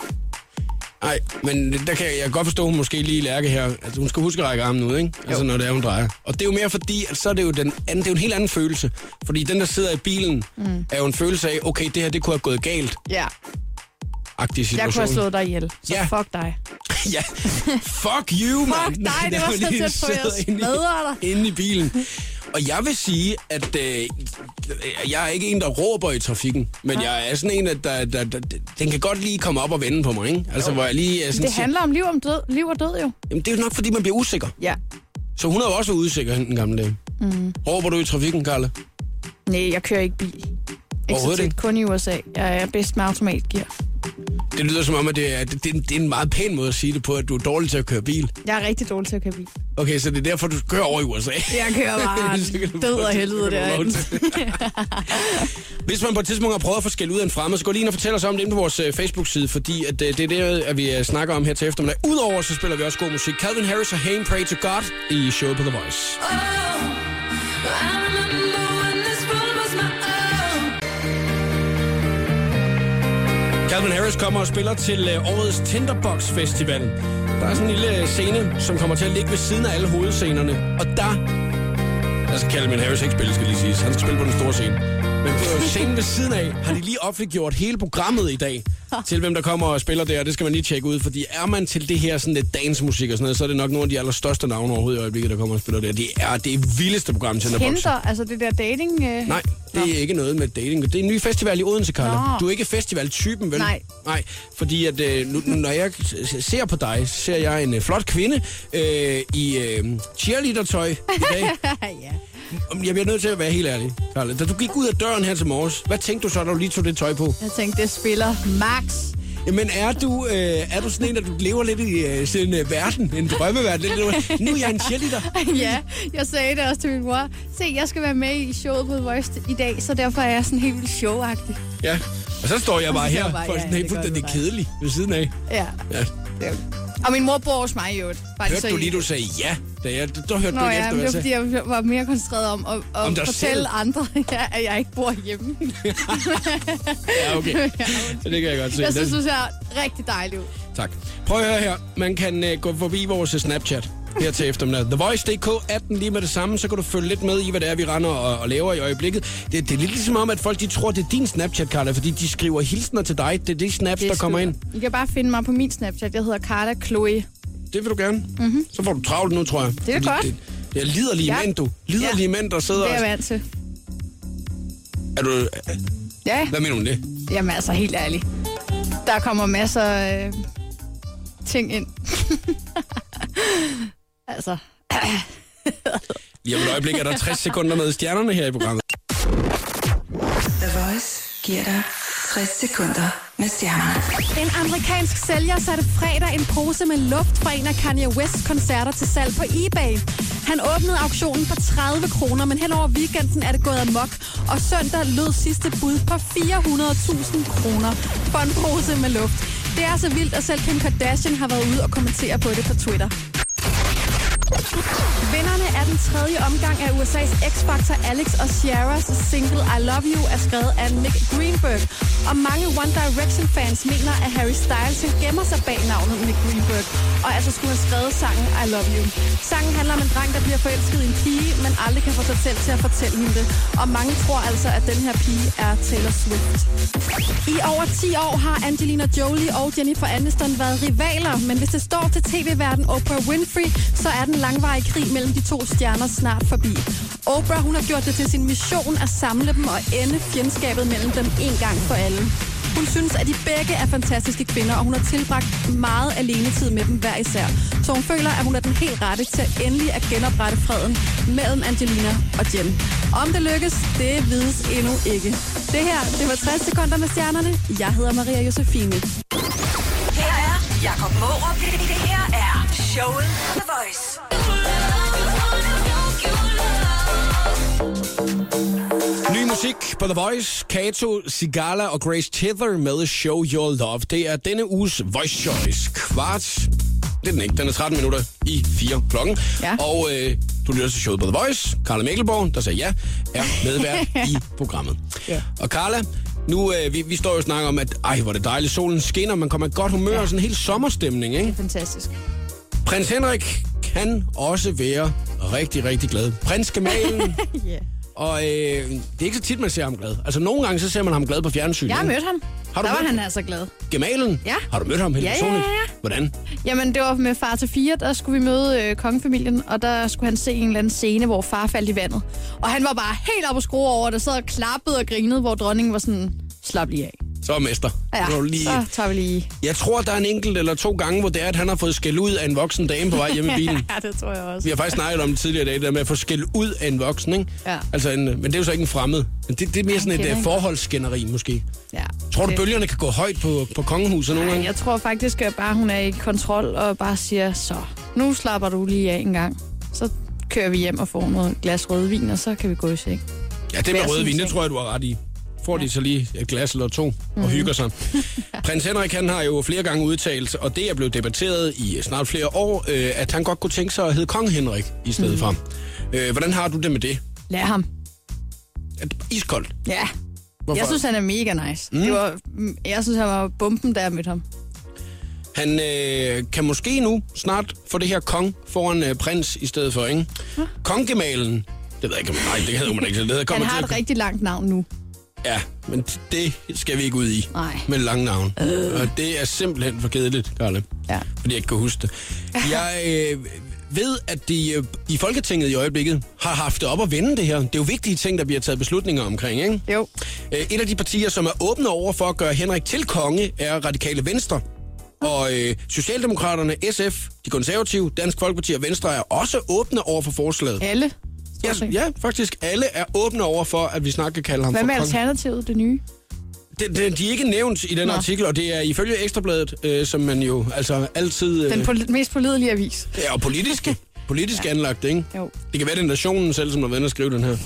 Speaker 1: Nej, men der kan jeg, jeg kan godt forstå, at hun måske lige lærke her. Altså, hun skal huske at række armen ud, ikke? Altså, når det er, hun drejer. Og det er jo mere fordi, at så er det jo, den anden, det er jo en helt anden følelse. Fordi den, der sidder i bilen, mm. er jo en følelse af, okay, det her, det kunne have gået galt.
Speaker 2: Ja.
Speaker 1: Agtig situation.
Speaker 2: Jeg kunne have slået dig ihjel. Så
Speaker 1: Ja.
Speaker 2: fuck dig.
Speaker 1: ja. Fuck you, man.
Speaker 2: Fuck dig, det
Speaker 1: Når
Speaker 2: var
Speaker 1: man
Speaker 2: så
Speaker 1: lige
Speaker 2: tæt på, jeg
Speaker 1: sidder inde i-
Speaker 2: smadrer dig.
Speaker 1: Inde i bilen. Og jeg vil sige, at øh, jeg er ikke en, der råber i trafikken. Men jeg er sådan en, at der, der, der, den kan godt lige komme op og vende på mig, ikke? Altså, hvor jeg lige er sådan...
Speaker 2: Det handler om liv, om død, liv og død jo.
Speaker 1: Jamen, det er jo nok, fordi man bliver usikker.
Speaker 2: Ja.
Speaker 1: Så hun har jo også været usikker, hende den gamle dame. Mm. Råber du i trafikken, Karla?
Speaker 2: Nej, jeg kører ikke bil. Ikke så
Speaker 1: Overhovedet
Speaker 2: tit,
Speaker 1: ikke.
Speaker 2: kun i USA. Jeg er bedst med automatgear.
Speaker 1: Det lyder som om, at det er, det, det, er en- det er en meget pæn måde at sige det på, at du er dårlig til at køre bil.
Speaker 2: Jeg er rigtig dårlig til at køre bil.
Speaker 1: Okay, så det er derfor, du kører over i USA.
Speaker 2: Jeg kører
Speaker 1: Så kan du
Speaker 2: bare død
Speaker 1: få-
Speaker 2: og
Speaker 1: så
Speaker 2: helvede
Speaker 1: kan du få lov
Speaker 2: derinde.
Speaker 1: Hvis man på et tidspunkt har prøvet at få skæld ud af en fremmed, så gå lige ind og fortæl os om det inde på vores øh, Facebook-side, fordi at, øh, det er det, at vi øh, snakker om her til eftermiddag. Udover så spiller vi også god musik. Calvin Harris og Hain Pray to God i showet på The Voice. Calvin Harris kommer og spiller til øh, årets Tinderbox Festival. Der er sådan en lille øh, scene, som kommer til at ligge ved siden af alle hovedscenerne. Og der... Altså Calvin Harris ikke spille, skal lige siges. Han skal spille på den store scene. Men Men det er jo scenen ved siden af. Har de lige offentliggjort hele programmet i dag til hvem der kommer og spiller der, og det skal man lige tjekke ud, fordi er man til det her sådan lidt dansemusik og sådan noget, så er det nok nogle af de allerstørste navne overhovedet i øjeblikket, der kommer og spiller der. Det er det vildeste program til Tinderbox.
Speaker 2: Tinder, altså det der dating... Øh...
Speaker 1: Nej, det er ikke noget med dating. Det er en ny festival i Odense, Karla.
Speaker 2: Nå.
Speaker 1: Du er ikke festivaltypen, vel?
Speaker 2: Nej.
Speaker 1: Nej, fordi at, øh, nu, nu, når jeg s- ser på dig, så ser jeg en øh, flot kvinde øh, i øh, cheerleader-tøj i dag.
Speaker 2: ja.
Speaker 1: Jeg bliver nødt til at være helt ærlig, Karla. Da du gik ud af døren her til morges, hvad tænkte du så, da du lige tog det tøj på?
Speaker 2: Jeg tænkte, det spiller max.
Speaker 1: Jamen, er du, øh, er du sådan en, der du lever lidt i øh, sådan en øh, verden, en drømmeverden? Lidt, du- nu er jeg en cheerleader.
Speaker 2: ja, jeg sagde det også til min mor. Se, jeg skal være med i showet på The Voice i dag, så derfor er jeg sådan helt vildt showagtig.
Speaker 1: Ja, og så står jeg bare
Speaker 2: Og så står
Speaker 1: her,
Speaker 2: jeg bare,
Speaker 1: for
Speaker 2: ja,
Speaker 1: sådan
Speaker 2: ja,
Speaker 1: helt
Speaker 2: det gør du
Speaker 1: fuldstændig
Speaker 2: bare.
Speaker 1: kedelig ved siden af.
Speaker 2: Ja.
Speaker 1: Ja.
Speaker 2: Og min mor bor hos mig i øvrigt. Bare
Speaker 1: Hørte
Speaker 2: så
Speaker 1: du
Speaker 2: Altså, I-
Speaker 1: lige, du sagde ja, da jeg, der hørte
Speaker 2: Nå
Speaker 1: du ikke
Speaker 2: ja,
Speaker 1: efter,
Speaker 2: men
Speaker 1: hvad
Speaker 2: det
Speaker 1: jeg
Speaker 2: var
Speaker 1: sagde.
Speaker 2: fordi, jeg var mere koncentreret om at, at
Speaker 1: Om dig
Speaker 2: fortælle
Speaker 1: selv?
Speaker 2: andre, ja, at jeg ikke bor hjemme.
Speaker 1: Ja, okay. Så det kan jeg godt se.
Speaker 2: Jeg synes,
Speaker 1: Den-
Speaker 2: du ser rigtig dejlig ud.
Speaker 1: Tak. Prøv at høre her. Man kan øh, gå forbi vores øh, Snapchat her til eftermiddag. TheVoice.dk, 18 lige med det samme, så kan du følge lidt med i, hvad det er, vi render og, og laver i øjeblikket. Det, det er lidt ligesom om, at folk de tror, det er din Snapchat, Carla, fordi de skriver hilsner til dig. Det er de snaps, der kommer ind.
Speaker 2: I kan bare finde mig på min Snapchat. Jeg hedder Carla Chloe.
Speaker 1: Det vil du gerne. Mm-hmm. Så får du travlt nu, tror jeg.
Speaker 2: Mhm. Det er
Speaker 1: Fordi
Speaker 2: godt.
Speaker 1: Det, det er liderlige ja.
Speaker 2: Ja.
Speaker 1: mænd, du. Liderlige ja.
Speaker 2: Ja.
Speaker 1: mænd, der sidder
Speaker 2: Det er
Speaker 1: og...
Speaker 2: jeg vant til.
Speaker 1: Er du...
Speaker 2: Ja,
Speaker 1: Hvad mener du om det?
Speaker 2: jamen altså helt ærligt. Der kommer masser af øh, ting ind. altså,
Speaker 1: Lige om et øjeblik er der 60 sekunder med stjernerne her i programmet.
Speaker 3: The Voice giver dig 60 sekunder med stjernerne.
Speaker 4: En amerikansk sælger satte fredag en pose med luft fra en af Kanye Wests koncerter til salg på eBay. Han åbnede auktionen for 30 kroner, men hen over weekenden er det gået amok, og søndag lød sidste bud på 400.000 kroner for en pose med luft. Det er så vildt, at selv Kim Kardashian har været ude og kommentere på det på Twitter. Vinderne af den tredje omgang af USA's X-Factor Alex og Ciara's single I Love You er skrevet af Nick Greenberg. Og mange One Direction-fans mener, at Harry Styles han gemmer sig bag navnet Nick Greenberg, og altså skulle have skrevet sangen I Love You. Sangen handler om en dreng, der bliver forelsket i en pige, men aldrig kan få sig selv til at fortælle hende det. Og mange tror altså, at den her pige er Taylor Swift. I over 10 år har Angelina Jolie og Jennifer Aniston været rivaler, men hvis det står til tv-verden Oprah Winfrey, så er den langvarige krig mellem de to stjerner snart forbi. Oprah hun har gjort det til sin mission at samle dem og ende fjendskabet mellem dem en gang for alle. Hun synes, at de begge er fantastiske kvinder, og hun har tilbragt meget alene tid med dem hver især. Så hun føler, at hun er den helt rette til endelig at genoprette freden mellem Angelina og Jen. Om det lykkes, det vides endnu ikke. Det her, det var 60 sekunder med stjernerne. Jeg hedder Maria Josefine.
Speaker 3: Her er Jakob Morup. Det her er showet på The Voice.
Speaker 1: Ny musik på The Voice. Kato, Sigala og Grace Tither med Show Your Love. Det er denne uges Voice Choice. Kvart. Det er den ikke. Den er 13 minutter i 4 klokken.
Speaker 2: Ja.
Speaker 1: Og øh, du lytter til showet på The Voice. Carla Mikkelborg, der sagde ja, er medvært i programmet. Ja. Og Carla, nu, øh, vi, vi står jo og snakker om, at ej, hvor er det dejligt, solen skinner, man kommer i godt humør, ja. sådan en helt sommerstemning, ikke?
Speaker 2: fantastisk.
Speaker 1: Prins Henrik kan også være rigtig, rigtig glad. Prins Kamalen
Speaker 2: Yeah.
Speaker 1: og øh, det er ikke så tit, man ser ham glad. Altså, nogle gange, så ser man ham glad på fjernsynet.
Speaker 2: Jeg har
Speaker 1: ikke?
Speaker 2: mødt ham.
Speaker 1: Har du
Speaker 2: der var
Speaker 1: mødt ham?
Speaker 2: han altså glad.
Speaker 1: Gemalen?
Speaker 2: Ja.
Speaker 1: Har du mødt ham helt
Speaker 2: Ja, ja,
Speaker 1: personligt?
Speaker 2: ja.
Speaker 1: Hvordan?
Speaker 2: Jamen, det var med far til fire, der skulle vi møde øh, kongefamilien, og der skulle han se en eller anden scene, hvor far faldt i vandet. Og han var bare helt oppe og skrue over, der sad og klappede og grinede, hvor dronningen var sådan, slap lige af.
Speaker 1: Så er mester. Nu er du lige...
Speaker 2: så tager vi lige...
Speaker 1: Jeg tror, der er en enkelt eller to gange, hvor det er, at han har fået skæld ud af en voksen dame på vej hjemme i bilen.
Speaker 2: ja, det tror jeg også.
Speaker 1: Vi har faktisk snakket om det tidligere i dag, det der med at få skæld ud af en voksen, ikke?
Speaker 2: Ja.
Speaker 1: Altså en, men det er jo så ikke en fremmed. Men det, det er mere sådan et
Speaker 2: kender
Speaker 1: uh,
Speaker 2: ikke.
Speaker 1: forholdsskænderi, måske.
Speaker 2: Ja,
Speaker 1: Tror du,
Speaker 2: det-
Speaker 1: bølgerne kan gå højt på, på kongehuset nogle
Speaker 2: Ej,
Speaker 1: gange?
Speaker 2: jeg tror faktisk, at bare hun er i kontrol og bare siger, så nu slapper du lige af en gang. Så kører vi hjem og får noget glas rødvin, og så kan vi gå i seng.
Speaker 1: Ja, det med
Speaker 2: hver sin
Speaker 1: rødvin, det
Speaker 2: ting. Mhm.
Speaker 1: tror jeg, du har ret i. Får de så lige et glas eller to og hygger sig. Prins Henrik, han har jo flere gange udtalt, og det er blevet debatteret i snart flere år, øh, at han godt kunne tænke sig at hedde Kong Henrik i stedet
Speaker 2: Mhm.
Speaker 1: for. Øh, hvordan har du det med det?
Speaker 2: Lad ham.
Speaker 1: Er det Iskoldt.
Speaker 2: Ja.
Speaker 1: Hvorfor?
Speaker 2: Jeg synes, han er mega nice. Mm. Det var, mm, jeg synes, han var bomben, da jeg mødte ham.
Speaker 1: Han øh, kan måske nu snart få det her kong foran øh, prins i stedet for, ikke? Kongemalen. Det ved jeg ikke, om nej, det hedder man ikke. Det hedder,
Speaker 2: Han har et rigtig langt navn nu.
Speaker 1: Ja, men det skal vi ikke ud i.
Speaker 2: Nej.
Speaker 1: Med lange navn. Øh. Og det er simpelthen for kedeligt, Karle.
Speaker 2: Ja.
Speaker 1: Fordi jeg ikke kan huske det. Jeg øh, ved, at de øh, i Folketinget i øjeblikket har haft det op at vende det her. Det er jo vigtige ting, der bliver taget beslutninger omkring, ikke?
Speaker 2: Jo.
Speaker 1: Øh, Et af de partier, som er åbne over for at gøre Henrik til konge, er Radikale Venstre. Og øh, Socialdemokraterne, SF, De Konservative, Dansk Folkeparti og Venstre er også åbne over for forslaget.
Speaker 2: Alle.
Speaker 1: Ja,
Speaker 2: stort set.
Speaker 1: ja, faktisk alle er åbne over for, at vi snart kan kalde ham
Speaker 2: Hvad med
Speaker 1: for konge.
Speaker 2: alternativet, det nye?
Speaker 1: Det, det, de er ikke nævnt i den
Speaker 2: Nå.
Speaker 1: Nå. artikel, og det er ifølge Ekstrabladet, øh, som man jo altså altid... Øh,
Speaker 2: Den pol- mest pålidelige avis.
Speaker 1: Ja, og politiske. Politisk ja. anlagt, ikke?
Speaker 2: Jo.
Speaker 1: Det kan være, det er nationen selv, som har været inde og skrive den her.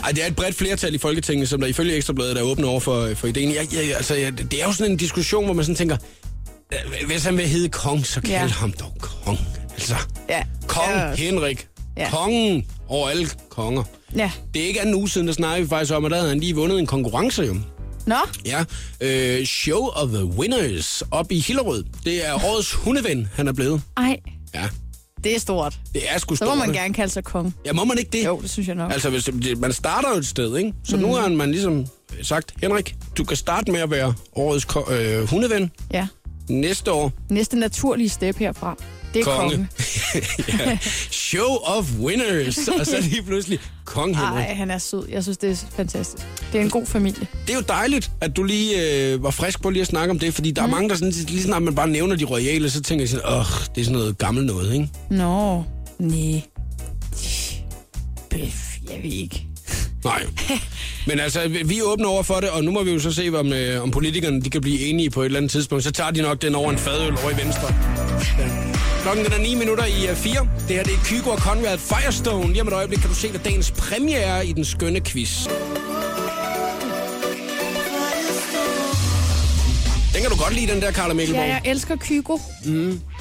Speaker 1: Nej, det er et bredt flertal i Folketinget, som der ifølge Ekstrabladet er åbne over for, for ideen. Jeg, jeg, altså, jeg, det er jo sådan en diskussion, hvor man sådan tænker, "Øh, hvis han vil hedde kong, så kald
Speaker 2: Ja.
Speaker 1: ja. ham dog kong. Altså,
Speaker 2: Ja.
Speaker 1: kong
Speaker 2: Ja.
Speaker 1: ja. Henrik.
Speaker 2: Ja.
Speaker 1: Ja. Kongen over alle konger.
Speaker 2: Ja.
Speaker 1: Det er ikke anden uge siden, der snakkede vi faktisk om, at der havde han lige vundet en konkurrence, jo.
Speaker 2: Nå,
Speaker 1: Ja, øh, Show of the Winners op i Hillerød. Det er årets hundeven, han er blevet.
Speaker 2: ej,
Speaker 1: Ja,
Speaker 2: det er stort.
Speaker 1: det er sgu
Speaker 2: Så må
Speaker 1: stort.
Speaker 2: man gerne kalde sig konge.
Speaker 1: Ja, må man ikke det?
Speaker 2: Jo, det synes jeg nok.
Speaker 1: Altså, hvis det, man starter jo et sted, ikke? Så mm. nu har man ligesom sagt, Henrik, du kan starte med at være årets ko- øh, hundeven.
Speaker 2: Ja.
Speaker 1: Næste år,
Speaker 2: Næste naturlige step herfra. Det er konge.
Speaker 1: konge. ja. Show of winners. Og så lige pludselig, kong Henrik.
Speaker 2: Ej, han er sød. Jeg synes, det er fantastisk. Det er en god familie.
Speaker 1: Det er jo dejligt, at du lige øh, var frisk på lige at snakke om det, fordi der mm. er mange, der sådan, lige snart man bare nævner de royale, så tænker jeg sådan, åh, det er sådan noget gammelt noget, ikke?
Speaker 2: Nå, nej. Bøf, jeg ved ikke.
Speaker 1: Nej. Men altså, vi- vi er åbne over for det, og nu må vi jo så se, om, øh, om politikerne de kan blive enige på et eller andet tidspunkt. Så tager de nok den over en fadøl over i venstre. Ja. Klokken den er 9 minutter i øh, 4. Det her det er Kygo og Conrad Firestone. Lige om et øjeblik kan du se, hvad dagens premiere i den skønne quiz. Den kan du godt lide, den der, Karla
Speaker 2: Ja,
Speaker 1: Mikkelborg.
Speaker 2: jeg elsker Kygo.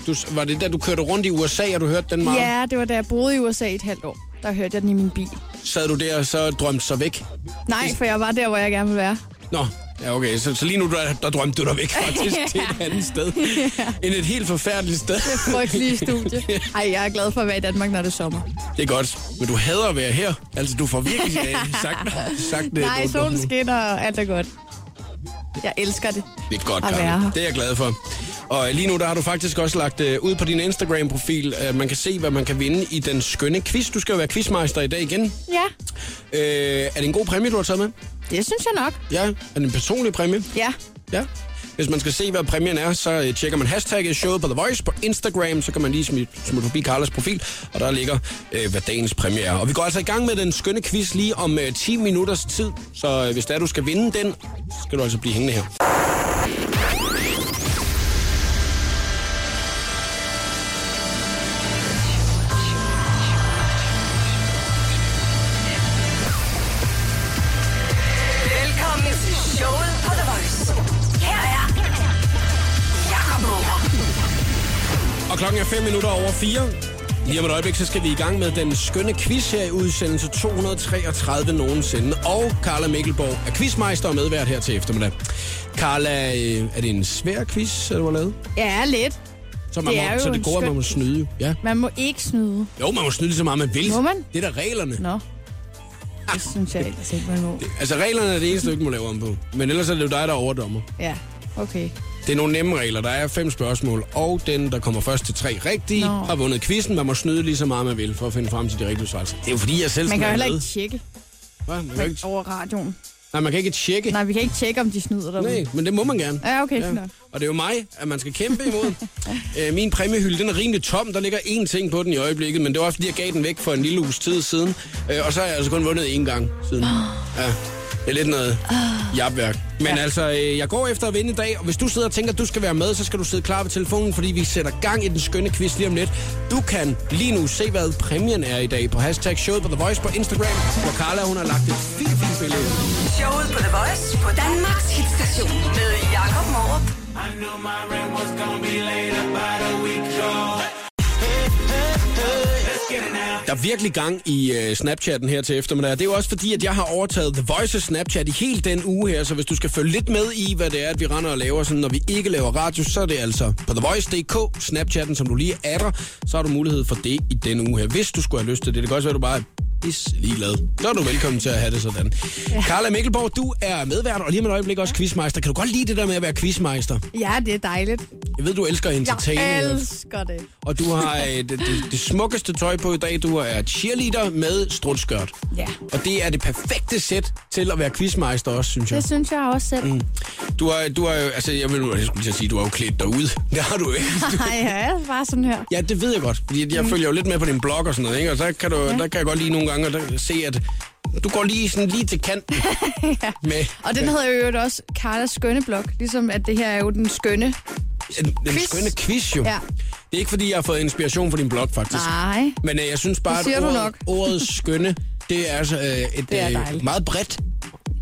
Speaker 1: Du, s- var det da, du kørte rundt i USA, og du hørte den meget?
Speaker 2: Ja, det var da jeg boede i USA i et halvt år. Der hørte jeg den i min bil.
Speaker 1: Sad du der og så drømte sig væk?
Speaker 2: Nej, for jeg var der, hvor jeg gerne vil være.
Speaker 1: Nå, ja okay, så, så lige nu der, der drømte du dig væk faktisk til et andet sted. End et helt forfærdeligt sted.
Speaker 2: Frygtelige studie. Ej, jeg er glad for at være i Danmark, når det er sommer.
Speaker 1: Det er godt, men du hader at være her. Altså, du får virkelig øh, sagt, sagt det.
Speaker 2: Nej,
Speaker 1: noget
Speaker 2: solen
Speaker 1: godt nu.
Speaker 2: skinner, og alt er godt. Jeg elsker det.
Speaker 1: Det er godt,
Speaker 2: at være her.
Speaker 1: Karla. Det er jeg glad for. Og øh, lige nu, der har du faktisk også lagt øh, ud på din Instagram-profil, øh, man kan se, hvad man kan vinde i den skønne quiz. Du skal jo være quizmeister i dag igen.
Speaker 2: Ja,
Speaker 1: Øh, er det en god præmie, du har taget med?
Speaker 2: det synes jeg nok.
Speaker 1: Ja. Er det en personlig præmie?
Speaker 2: Ja,
Speaker 1: Ja. Hvis man skal se, hvad præmien er, så øh, tjekker man hashtagget showet på The Voice på Instagram. Så kan man lige smitte smut forbi Carlas profil, og der ligger, øh, hvad dagens præmie er. Og vi går altså i gang med den skønne quiz lige om øh, 10 minutters tid. Så øh, hvis der du skal vinde den, så skal du altså blive hængende her.
Speaker 5: Velkommen til showet på The Voice. Her er Jakob Morup.
Speaker 1: Og klokken er 5 minutter over 4. Lige om et øjeblik, så skal vi i gang med den skønne quiz her i udsendelse 233 nogensinde. Og Carla Mikkelborg er quizmeister og medvært her til eftermiddag. Carla, øh, er det en svær quiz, du har lavet?
Speaker 2: ja lidt.
Speaker 1: Så, man
Speaker 2: Det
Speaker 1: det
Speaker 2: er
Speaker 1: må,
Speaker 2: jo
Speaker 1: så
Speaker 2: en
Speaker 1: det går, at
Speaker 2: skøn-
Speaker 1: man må snyde. jo. Ja.
Speaker 2: Man må ikke snyde.
Speaker 1: Jo, man må snyde lige så meget, man vil.
Speaker 2: Må man?
Speaker 1: Det er da reglerne.
Speaker 2: Nå, det synes jeg ellers ikke, man må.
Speaker 1: Altså, reglerne er det eneste, du ikke må lave om på. Men ellers er det jo dig, der er overdommer.
Speaker 2: Ja, okay.
Speaker 1: Det er nogle nemme regler. Der er fem spørgsmål, og den, der kommer først til tre rigtige,
Speaker 2: Nå.
Speaker 1: no. har vundet quizzen. Man må snyde lige så meget, man vil, for at finde frem til de rigtige svar. Det er jo fordi, jeg selv
Speaker 2: Man kan jo
Speaker 1: sådan er med.
Speaker 2: heller ikke tjekke
Speaker 1: Hva? Man kan ikke...
Speaker 2: over radioen.
Speaker 1: Nej, man kan ikke tjekke.
Speaker 2: Nej, vi kan ikke tjekke, om de snyder derude.
Speaker 1: Nej, men det må man gerne.
Speaker 2: Ja, okay, fint nok.
Speaker 1: Og det er jo mig, at man skal kæmpe imod. Æ, min præmiehylde, den er rimelig tom. Der ligger én ting på den i øjeblikket, men det var også fordi, jeg gav den væk for en lille uges tid siden. Æ, og så har jeg altså kun vundet én gang siden. Ja, det er lidt noget jabværk. Men
Speaker 2: Ja.
Speaker 1: altså, øh, jeg går efter at vinde i dag, og hvis du sidder og tænker, at du skal være med, så skal du sidde klar ved telefonen, fordi vi sætter gang i den skønne quiz lige om lidt. Du kan lige nu se, hvad præmien er i dag på hashtag showet på The Voice på Instagram, hvor Carla hun har lagt et fint, fint billede. ud.
Speaker 5: Showet på The Voice på Danmarks hitstation med Jakob Morup.
Speaker 6: I knew my rent was gonna be late about a week ago. Let's get it now.
Speaker 1: Der er virkelig gang i øh, Snapchatten her til eftermiddag. Det er jo også fordi, at jeg har overtaget The Voice Snapchat i hele den uge her, så hvis du skal følge lidt med i, hvad det er, at vi render og laver, sådan, når vi ikke laver radio, så er det altså på TheVoice.dk, Snapchatten, som du lige adder, så har du mulighed for det i den uge her, hvis du skulle have lyst til det. Det kan også være, at du bare pis ligeglad. Så er du velkommen til at have det sådan. Ja. Carla Mikkelborg, du er medvært, og lige om et øjeblik også quizmeister. Kan du godt lide det der med at være quizmeister?
Speaker 2: Ja, det er dejligt.
Speaker 1: Jeg ved, du elsker entertaining.
Speaker 2: Jeg elsker det.
Speaker 1: Og du har øh, det, det, det smukkeste tøj på i dag. Du er cheerleader med strutskørt.
Speaker 2: Ja.
Speaker 1: Og det er det perfekte sæt til at være quizmeister også, synes jeg.
Speaker 2: Det synes jeg også selv. Mm.
Speaker 1: Du har, du har jo, altså jeg vil jeg skulle til at sige, du har jo klædt dig ud. Det har du ikke.
Speaker 2: Nej, jeg er bare sådan her.
Speaker 1: Ja, det ved jeg godt. Fordi jeg mm. følger jo lidt med på din blog og sådan noget, ikke? Og så kan du, ja. der kan jeg godt lige nogle gange og der, se, at du går lige sådan lige til kanten. ja. med,
Speaker 2: Og den hedder jo i øvrigt også Carlas skønne blog, ligesom at det her er jo den skønne.
Speaker 1: den, den
Speaker 2: Quiz.
Speaker 1: skønne quiz jo.
Speaker 2: Ja.
Speaker 1: Det er ikke, fordi jeg har fået inspiration fra din blog, faktisk.
Speaker 2: Nej.
Speaker 1: Men øh, jeg synes bare,
Speaker 2: Det siger
Speaker 1: at
Speaker 2: du
Speaker 1: ordet,
Speaker 2: nok.
Speaker 1: ordet skønne, det er altså øh, et,
Speaker 2: Det er
Speaker 1: øh,
Speaker 2: dejligt.
Speaker 1: meget bredt.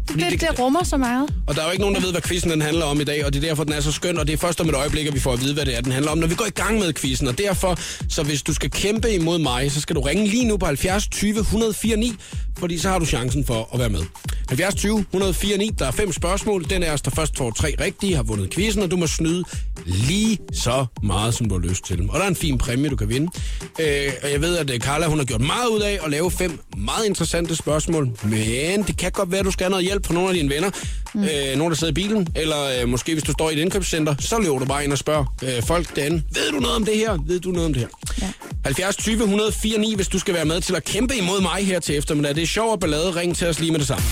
Speaker 1: Fordi
Speaker 2: Det, det rummer så meget.
Speaker 1: og der er jo ikke nogen, der ved, hvad quizzen den handler om i dag, og det er derfor, den er så skøn, og det er først om et øjeblik, at vi får at vide, hvad det er, den handler om, når vi går i gang med quizzen. Og derfor, så hvis du skal kæmpe imod mig, så skal du ringe lige nu på 70 20 104 9, fordi så har du chancen for at være med. 70 20 104 9, der er fem spørgsmål. Den er os, der først får tre rigtige, har vundet quizzen, og du må snyde lige så meget, som du har lyst til. Og der er en fin præmie, du kan vinde. Øh, og jeg ved, at øh, Carla hun har gjort meget ud af at lave fem meget interessante spørgsmål. Men det kan godt være, at du skal have noget hjælp fra nogle af dine venner. Mm. Øh, nogen, der sidder i bilen, eller øh, måske hvis du står i et indkøbscenter, så løber du bare ind og spørger øh, folk derinde. Ved du noget om det her? Ved du noget om det her? Ja. 70 20 104 9, hvis du skal være med til at kæmpe imod mig her til eftermiddag. Det er sjov og ballade. Ring til os lige med det samme.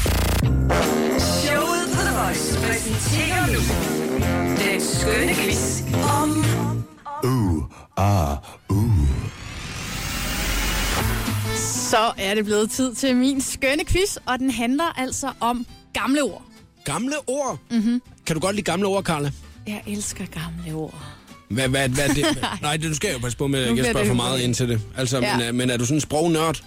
Speaker 5: Showet på The Voice præsenterer nu den skønne quiz om
Speaker 2: Så er det blevet tid til min skønne quiz, og den handler altså om gamle ord.
Speaker 1: Gamle ord. Mm-hmm. Kan du godt lide gamle ord, Carla?
Speaker 2: Jeg elsker gamle ord.
Speaker 1: Hvad, hvad, hvad er det? Nej, det, du skal jo passe på med, at jeg
Speaker 2: bliver
Speaker 1: ikke spørger
Speaker 2: det
Speaker 1: for meget
Speaker 2: hyggeligt.
Speaker 1: ind til det. Altså, ja.
Speaker 2: Ja.
Speaker 1: men, er, men er du sådan en sprognørd?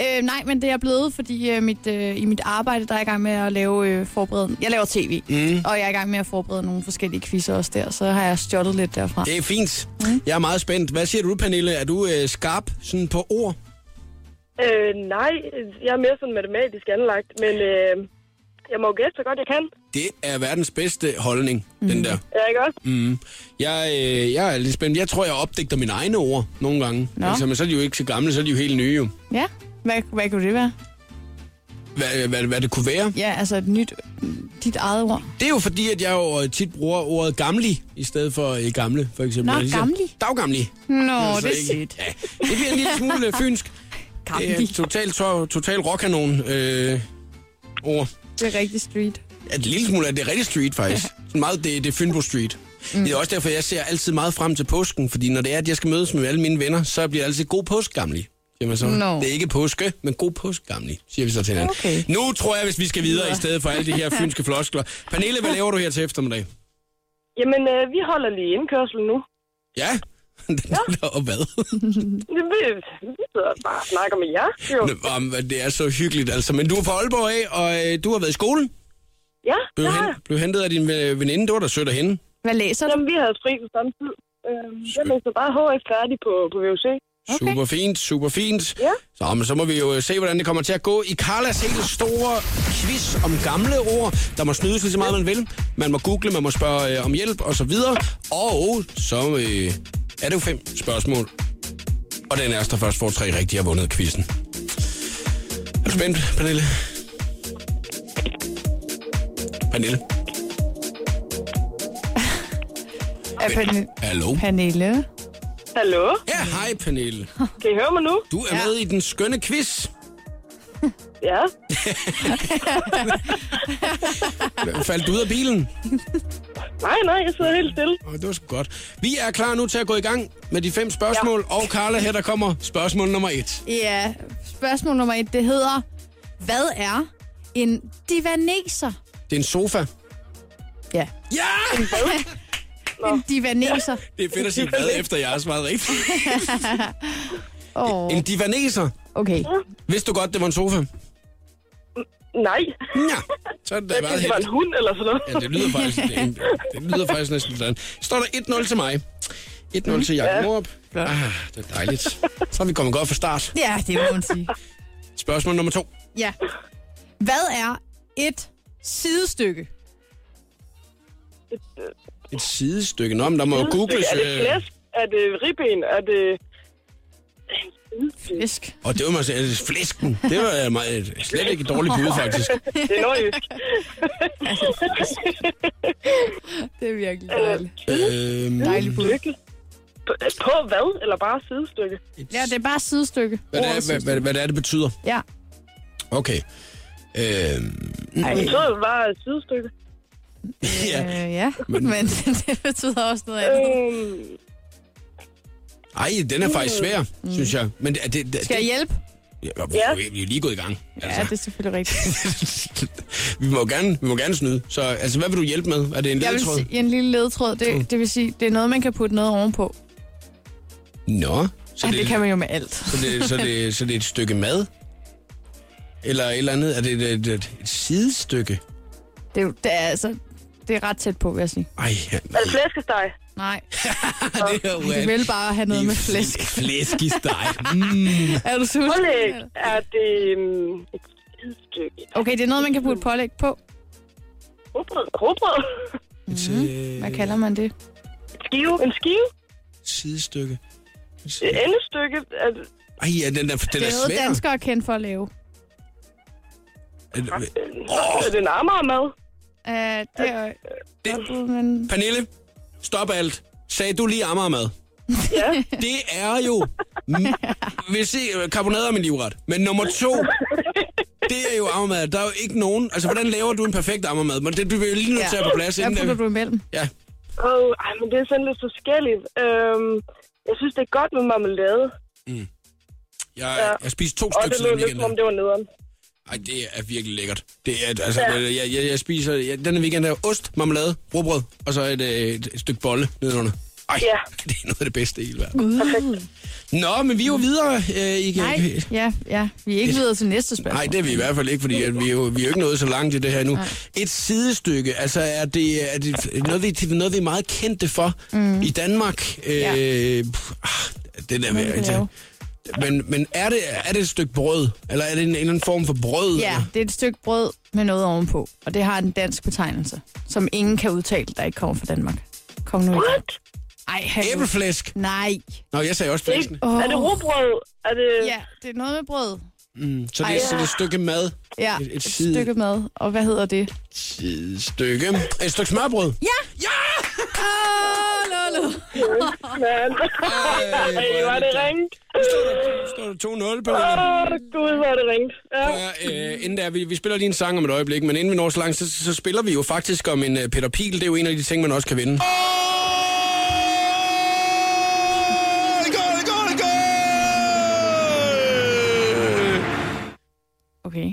Speaker 2: Øh, nej, men det er jeg blevet, fordi øh, mit, øh, i mit arbejde, der er jeg i gang med at lave øh, forberedende. Jeg laver tv, mm. og jeg er i gang med at forberede nogle forskellige quizzer også der, så har jeg stjålet lidt derfra.
Speaker 1: Det er fint. Mm. Jeg er meget spændt. Hvad siger du, Pernille? Er du øh, skarp sådan på ord?
Speaker 7: Øh, nej, jeg er mere sådan matematisk anlagt, men øh, jeg må jo gætte så godt jeg kan.
Speaker 1: Det er verdens bedste holdning, mm. den der.
Speaker 7: Ja, ikke også? Mm.
Speaker 1: Jeg, øh, jeg er lidt spændt. Jeg tror, jeg opdigter mine egne ord nogle gange.
Speaker 2: Nå.
Speaker 1: Altså, men så er de jo ikke så gamle, så er de jo helt nye. Jo.
Speaker 2: Ja, hvad, hvad kunne det være?
Speaker 1: Hvad, hvad, hvad det kunne være.
Speaker 2: Ja, altså et nyt, dit eget ord.
Speaker 1: Det er jo fordi, at jeg jo øh, tit bruger ordet gamli, i stedet for øh, gamle, for eksempel.
Speaker 2: Nå,
Speaker 1: Jeg siger,
Speaker 2: gamli.
Speaker 1: Daggamli.
Speaker 2: Nå,
Speaker 1: så ikke- Ja, det bliver en lille smule øh, fynsk. Det er
Speaker 2: Gamli.
Speaker 1: total, to, total rockkanon øh, ord.
Speaker 2: Det er rigtig street.
Speaker 1: Ja, en lille smule af det er rigtig street, faktisk. Sådan meget, det, det er Fynbo Street. Mm. Det er også derfor, jeg ser altid meget frem til påsken, fordi når det er, at jeg skal mødes med alle mine venner, så bliver det altid god påske, gamle. Siger man så.
Speaker 2: Nå.
Speaker 1: Det er ikke påske, men god påske, gamle, siger vi så til hinanden.
Speaker 2: Okay.
Speaker 1: Nu tror jeg, hvis vi skal videre i stedet for alle de her fynske floskler. Pernille, hvad laver du her til eftermiddag?
Speaker 7: Jamen, øh, vi holder lige indkørselen nu.
Speaker 1: Ja? Og hvad?
Speaker 7: Vi, vi, vi sidder bare og snakker med jer. Jo.
Speaker 1: Nå, om, at Det er så hyggeligt, altså. Men du er fra Aalborg af, og øh, du har været i skolen.
Speaker 7: Ja,
Speaker 1: Blev,
Speaker 7: ja.
Speaker 1: hen, blev hentet af din øh, veninde, du var da sødt at hende.
Speaker 2: Hvad læser du?
Speaker 7: Jamen, vi havde fri på samme tid. Øh, jeg læser bare HF færdig på, på VUC.
Speaker 1: Okay. Super fint, super fint.
Speaker 7: Ja.
Speaker 1: Så, men så må vi jo øh, se, hvordan det kommer til at gå i Carlas helt store quiz om gamle ord. Der må snydes lige så meget, man vil. Man må google, man må spørge øh, om hjælp og så videre. Og så øh, er det jo fem spørgsmål. Og den er altså, der først får tre rigtige har vundet quizzen. Er du spændt, Pernille? Pernille?
Speaker 2: Af Pernille.
Speaker 1: Hallo?
Speaker 2: Pernille.
Speaker 7: Hallo?
Speaker 1: Ja, hej Pernille.
Speaker 7: Kan I høre mig nu?
Speaker 1: Du er ja. med i den skønne quiz.
Speaker 7: Ja.
Speaker 1: Faldt du ud af bilen?
Speaker 7: Nej, nej, jeg sidder helt stille.
Speaker 1: Oh, det var sgu godt. Vi er klar nu til at gå i gang med de fem spørgsmål, ja. og Carla, her der kommer spørgsmål nummer et.
Speaker 2: Ja, spørgsmål nummer et, det hedder, hvad er en divaneser?
Speaker 1: Det er en sofa.
Speaker 2: Ja,
Speaker 1: Ja!
Speaker 2: en divaneser.
Speaker 1: Det er fedt at sige hvad efter, jeg har svaret rigtigt.
Speaker 2: Åh,
Speaker 1: En divaneser.
Speaker 2: okay.
Speaker 1: Vidste du godt, det var en sofa?
Speaker 7: Nej.
Speaker 1: Ja, så er det da
Speaker 7: Jeg
Speaker 1: været
Speaker 7: tænkte, det var
Speaker 1: helt.
Speaker 7: en hund eller sådan noget.
Speaker 1: Ja, det lyder faktisk, det, det lyder faktisk næsten sådan. Står der 1-0 til mig. 1-0 til Jakob Morup. Ah, det er dejligt. Så er vi kommet godt fra start.
Speaker 2: Ja, det må man sige.
Speaker 1: Spørgsmål nummer to.
Speaker 2: Ja. Hvad er et sidestykke?
Speaker 1: Et øh, sidestykke. Nå, men der må jo googles.
Speaker 7: Er det
Speaker 1: øh,
Speaker 7: flæsk? Er det ribben? Er det...
Speaker 2: Fisk.
Speaker 1: Og det var man sige, altså, flæsken. Det var øh, meget, slet ikke et dårligt bud, faktisk.
Speaker 7: Det er nordjysk.
Speaker 2: Det er virkelig dejligt.
Speaker 1: Øhm,
Speaker 2: Dejligt bud.
Speaker 7: Lykke. På, på hvad? Eller bare sidestykke?
Speaker 2: Ja, det er bare sidestykke.
Speaker 1: hvad, det
Speaker 2: Ordet
Speaker 1: er, hvad,
Speaker 2: sidestykke.
Speaker 1: hvad, hvad det er, det betyder.
Speaker 2: Ja.
Speaker 1: Okay. Øhm,
Speaker 2: Ej,
Speaker 7: Så er det bare et sidestykke.
Speaker 1: ja.
Speaker 2: øh, ja, men, men det betyder også noget andet.
Speaker 7: Øhm,
Speaker 1: Ej, den er faktisk svær, synes jeg. Men det, det, det,
Speaker 2: Mm. Skal jeg hjælpe?
Speaker 1: det,
Speaker 7: Ja.
Speaker 1: ja. Vi er lige gået i gang. Altså,
Speaker 2: Ja, det er selvfølgelig rigtigt.
Speaker 1: vi, må jo gerne, vi må gerne snyde. Så altså, hvad vil du hjælpe med? Er det en
Speaker 2: Jeg vil
Speaker 1: ledtråd?
Speaker 2: sige, en lille ledetråd, det, det vil sige, det er noget, man kan putte noget ovenpå.
Speaker 1: Nå. Så
Speaker 2: Ja, det kan man jo med alt.
Speaker 1: Så det, så, det, så det er et stykke mad? Eller et eller andet? Er det et, et, et, et sidestykke?
Speaker 2: Det er, jo- det er altså, det er ret tæt på, vil jeg sige.
Speaker 1: Ej, ja,
Speaker 7: er
Speaker 1: nej,
Speaker 7: det altså, flæskesteg?
Speaker 2: Nej,
Speaker 1: det er
Speaker 2: jeg vil bare have noget med flæsk.
Speaker 1: Flæsk i steg. Mm.
Speaker 2: Er du sulten?
Speaker 7: Pålæg er det øhm, et sidestykke.
Speaker 2: Okay, det er noget, man kan putte pålæg på.
Speaker 7: Råbrød? Råbrød?
Speaker 1: Et
Speaker 2: Hvad kalder man det?
Speaker 7: Skive? En skive?
Speaker 1: sidestykke.
Speaker 7: Et endestykke? Er det,
Speaker 1: Ej, ja, den er, den
Speaker 2: Det
Speaker 1: er
Speaker 2: er noget,
Speaker 1: svær.
Speaker 2: danskere er kendt for at lave.
Speaker 1: Er det-
Speaker 7: er det en amagermad?
Speaker 2: Uh, det er jo... Men...
Speaker 1: Pernille, stop alt. Sagde du lige Amagermad?
Speaker 7: Ja.
Speaker 1: Det er jo... M- Hvis I, karbonader er min livret. Men nummer to, det er jo Amagermad. Der er jo ikke nogen... Altså, hvordan laver du en perfekt Amagermad? Men det bliver vi jo lige nødt til at have på plads.
Speaker 2: Hvad
Speaker 1: Inden
Speaker 2: putter
Speaker 1: at-
Speaker 2: du imellem?
Speaker 1: Ja.
Speaker 7: Åh, ej, men det er sådan lidt forskelligt. Øhm, jeg synes, det er godt med marmelade.
Speaker 1: Jeg, jeg spiste to
Speaker 7: Og
Speaker 1: stykker
Speaker 7: det
Speaker 1: siden
Speaker 7: lød lidt, som om
Speaker 1: weekenden.
Speaker 7: det var nederen.
Speaker 1: Ej, det er virkelig lækkert. Det er, altså, jeg, jeg, jeg spiser... Jeg, denne weekend er ost, marmelade, råbrød, og så et, øh, et, et stykke bolle nedenunder. Ej,
Speaker 7: Ja.
Speaker 1: det er noget af det bedste i hele verden. Nå, men vi er jo videre. Øh, I kan,
Speaker 2: Uh. Nej, ja, ja. Vi er ikke videre til næste spørgsmål.
Speaker 1: Nej, det er vi i hvert fald ikke, fordi at vi, er jo, vi er jo ikke nået så langt i det her nu. Et sidestykke, altså er det, er det noget, vi, det er noget, vi er meget kendte for mm. i Danmark? Øh,
Speaker 2: Ja.
Speaker 1: pff, ah, det der,
Speaker 2: vi kan
Speaker 1: med,
Speaker 2: lave.
Speaker 1: men, men er det, er det et stykke brød? Eller er det en, en eller anden form for brød?
Speaker 2: Ja,
Speaker 1: eller?
Speaker 2: det er et stykke brød med noget ovenpå, og det har en dansk betegnelse, som ingen kan udtale, der ikke kommer fra Danmark. Kom nu. What? Ej, hallo.
Speaker 1: Æbleflæsk.
Speaker 2: Nej.
Speaker 1: Nå, jeg sagde også Mm. flæsken.
Speaker 2: Oh.
Speaker 7: Er det råbrød? Er det...
Speaker 2: Ja, det er noget med brød.
Speaker 1: Mm, så, det,
Speaker 2: Ej.
Speaker 1: så det er et stykke mad.
Speaker 2: Ja,
Speaker 1: Et- et
Speaker 2: et, et
Speaker 1: side-
Speaker 2: stykke mad. Og hvad hedder det?
Speaker 1: Sidestykke. Et stykke smørbrød.
Speaker 2: Ja!
Speaker 1: Ja!
Speaker 2: Åh, lolo.
Speaker 7: Men,
Speaker 1: Ej,
Speaker 7: ej, var det ringt?
Speaker 1: Står der 2-0, Pernille?
Speaker 7: Åh, gud, var det ringt. Ja.
Speaker 1: Prøv at høre, øh, inden der, vi, vi spiller lige en sang om et øjeblik, men inden vi når så langt, så, så spiller vi jo faktisk om en øh, Peter Pil. Det er jo en af de ting, man også kan vinde.
Speaker 2: Okay.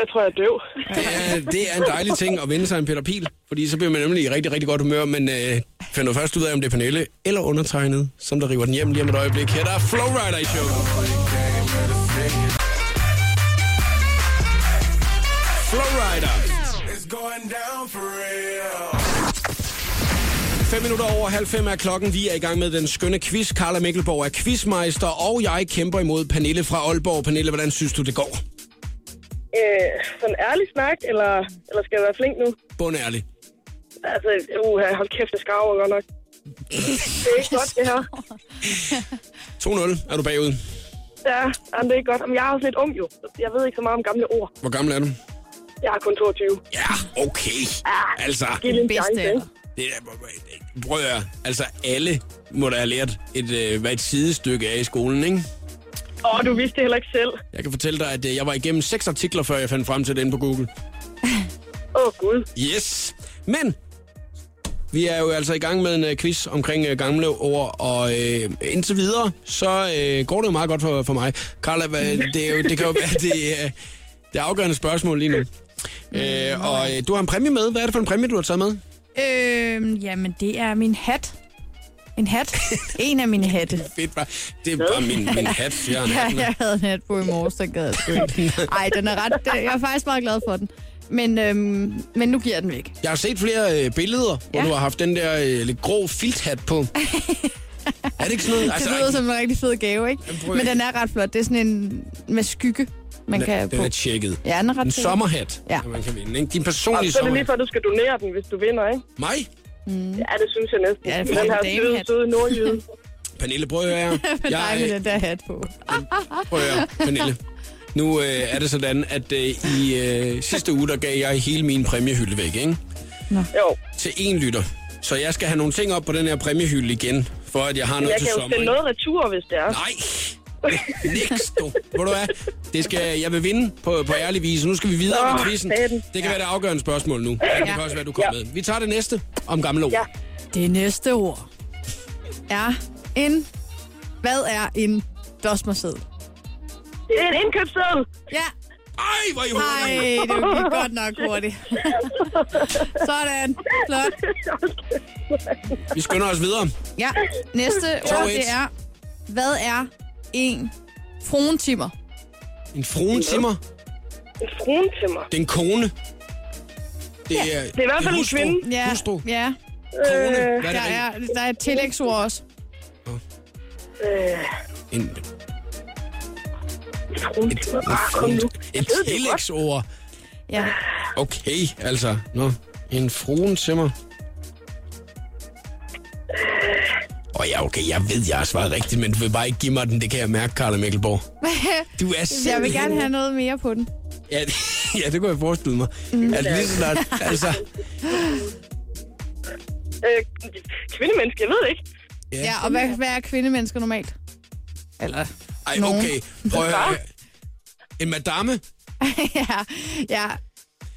Speaker 7: Jeg tror, jeg er døv.
Speaker 1: Det er, det er en dejlig ting at vinde sig en Peter Pil, fordi så bliver man nemlig i rigtig, rigtig godt humør, men øh, finder først ud af, om det er Pernille eller undertegnet, som der river den hjem lige om et øjeblik. Her der er Flowrider i showet. Flowrider.
Speaker 6: It's going down for real.
Speaker 1: 5 minutter over halv fem er klokken. Vi er i gang med den skønne quiz. Carla Mikkelborg er quizmeister, og jeg kæmper imod Pernille fra Aalborg. Pernille, hvordan synes du, det går?
Speaker 7: Øh, sådan ærlig snak, eller, eller skal jeg være flink nu?
Speaker 1: Bund ærlig.
Speaker 7: Altså, uha, hold kæft, det skarver godt nok. Det er ikke godt, det her.
Speaker 1: 2-0. Er du bagud?
Speaker 7: Ja, jamen, det er ikke godt. Men jeg er også lidt ung, jo. Jeg ved ikke så meget om gamle ord.
Speaker 1: Hvor gammel er du?
Speaker 7: Jeg er kun 22.
Speaker 1: Ja, okay. Altså,
Speaker 7: Ah, Giv det en
Speaker 2: Bedste
Speaker 7: chance, ikke?
Speaker 2: alder.
Speaker 1: det er, prøv at høre. Altså, alle må da have lært, et, øh, hvad et sidestykke er i skolen, ikke?
Speaker 7: Åh, du vidste det heller ikke selv.
Speaker 1: Jeg kan fortælle dig, at øh, jeg var igennem seks artikler, før jeg fandt frem til den på Google.
Speaker 7: Åh, gud.
Speaker 1: Yes. Men vi er jo altså i gang med en øh, quiz omkring øh, gamle ord, og øh, indtil videre, så øh, går det jo meget godt for, for mig. Carla, hvad, det, er jo, det kan jo være det, øh, det afgørende spørgsmål lige nu. Øh, og øh, du har en præmie med. Hvad er det for en præmie, du har taget med?
Speaker 2: Øhm, jamen, det er min hat. En hat. En af mine hatte.
Speaker 1: Fedt, hva? Det er bare min, min hat, jeg har en
Speaker 2: Ja,
Speaker 1: hat med.
Speaker 2: jeg havde en hat på i morges, der gad jeg sgu ikke. Ej, den er ret... den- Jeg er faktisk meget glad for den. Men, øhm, men nu giver jeg den væk.
Speaker 1: Jeg har set flere øh, billeder, hvor
Speaker 2: Ja.
Speaker 1: du har haft den der øh, lidt grå filthat på. er det ikke sådan noget? Altså,
Speaker 2: Det lyder som en rigtig fed gave, ikke?
Speaker 1: Jamen, prøv at-
Speaker 2: Men den er ret flot. Det er sådan en med skygge, man kan have
Speaker 1: den,
Speaker 2: på.
Speaker 1: den er tjekket.
Speaker 2: Ja, den er ret
Speaker 1: En
Speaker 2: fed.
Speaker 1: sommerhat,
Speaker 2: Ja.
Speaker 1: ja. man kan vinde. Ikke? Din
Speaker 7: Og
Speaker 1: personlige
Speaker 7: så er det
Speaker 1: sommerhat.
Speaker 7: lige før, du skal donere den, hvis du vinder, ikke?
Speaker 1: Mig?
Speaker 7: Ja, det synes jeg næsten.
Speaker 2: Mm. Ja, det er
Speaker 7: den
Speaker 2: en
Speaker 7: her
Speaker 2: damehat.
Speaker 7: søde, søde nordjyde.
Speaker 1: Pernille, prøv at høre.
Speaker 2: med dig med
Speaker 1: Jeg,
Speaker 2: den der hat på.
Speaker 1: prøv at høre, Pernille. Nu øh, er det sådan, at øh, i øh, sidste uge, der gav jeg hele min præmiehylde væk, ikke?
Speaker 7: Jo,
Speaker 1: Til en lytter. Så jeg skal have nogle ting op på den her præmiehylde igen, for at jeg har
Speaker 7: men
Speaker 1: noget
Speaker 7: jeg
Speaker 1: til
Speaker 7: kan jo
Speaker 1: sommeren.
Speaker 7: sende noget retur, hvis det er.
Speaker 1: Nej! Niks, du. Ved du hvad? Det skal, jeg vil vinde på, på ærlig vis. Nu skal vi videre med
Speaker 7: Åh,
Speaker 1: quizzen.
Speaker 7: satan.
Speaker 1: Det kan være det afgørende spørgsmål nu. Ja. Det kan også være, du kommer med. Vi tager det næste om gamle ord.
Speaker 7: Ja.
Speaker 2: Det næste ord er en... Hvad er en dosmerseddel?
Speaker 7: Det er en indkøbsseddel.
Speaker 2: Ja,
Speaker 1: Ej, hvor er I
Speaker 2: nej,
Speaker 1: hurtige.
Speaker 2: det gik godt nok hurtigt. Sådan, flot.
Speaker 1: Vi skynder os videre.
Speaker 2: Ja, næste
Speaker 1: To
Speaker 2: ord
Speaker 1: et.
Speaker 2: det er... Hvad er en frontimer?
Speaker 1: En fruentimmer.
Speaker 7: En fruen til mig.
Speaker 1: Det er en kone. Det er, det
Speaker 7: er i hvert fald en
Speaker 1: hustru.
Speaker 7: kvinde.
Speaker 2: Ja,
Speaker 1: Hustru.
Speaker 2: ja
Speaker 1: Kone. Hvad er
Speaker 2: der,
Speaker 1: det?
Speaker 2: er, der er et tillægsord også.
Speaker 7: Øh,
Speaker 1: En,
Speaker 7: en fruen
Speaker 1: et,
Speaker 7: til
Speaker 1: en
Speaker 7: mig. Ah, kom
Speaker 1: fruen-
Speaker 7: nu.
Speaker 1: et
Speaker 7: ved det jo
Speaker 1: tillægsord.
Speaker 2: Ja.
Speaker 1: Okay, altså. Nå. En fruentimmer. Åh oh, ja, okay, jeg ved, jeg har svaret rigtigt, men du vil bare ikke give mig den. Det kan jeg mærke, Karla Mikkelborg. Du er simpelthen...
Speaker 2: Jeg vil gerne have noget mere på den.
Speaker 1: Ja, det, ja, det kunne jeg forestille mig. Mm. At lige så snart, altså...
Speaker 7: Øh, kvindemenneske, jeg ved det ikke.
Speaker 2: Ja, og hvad, hvad er kvindemennesker normalt? Eller
Speaker 1: Ej,
Speaker 2: Nogen.
Speaker 1: okay. Prøv at høre. En madame?
Speaker 2: ja, ja.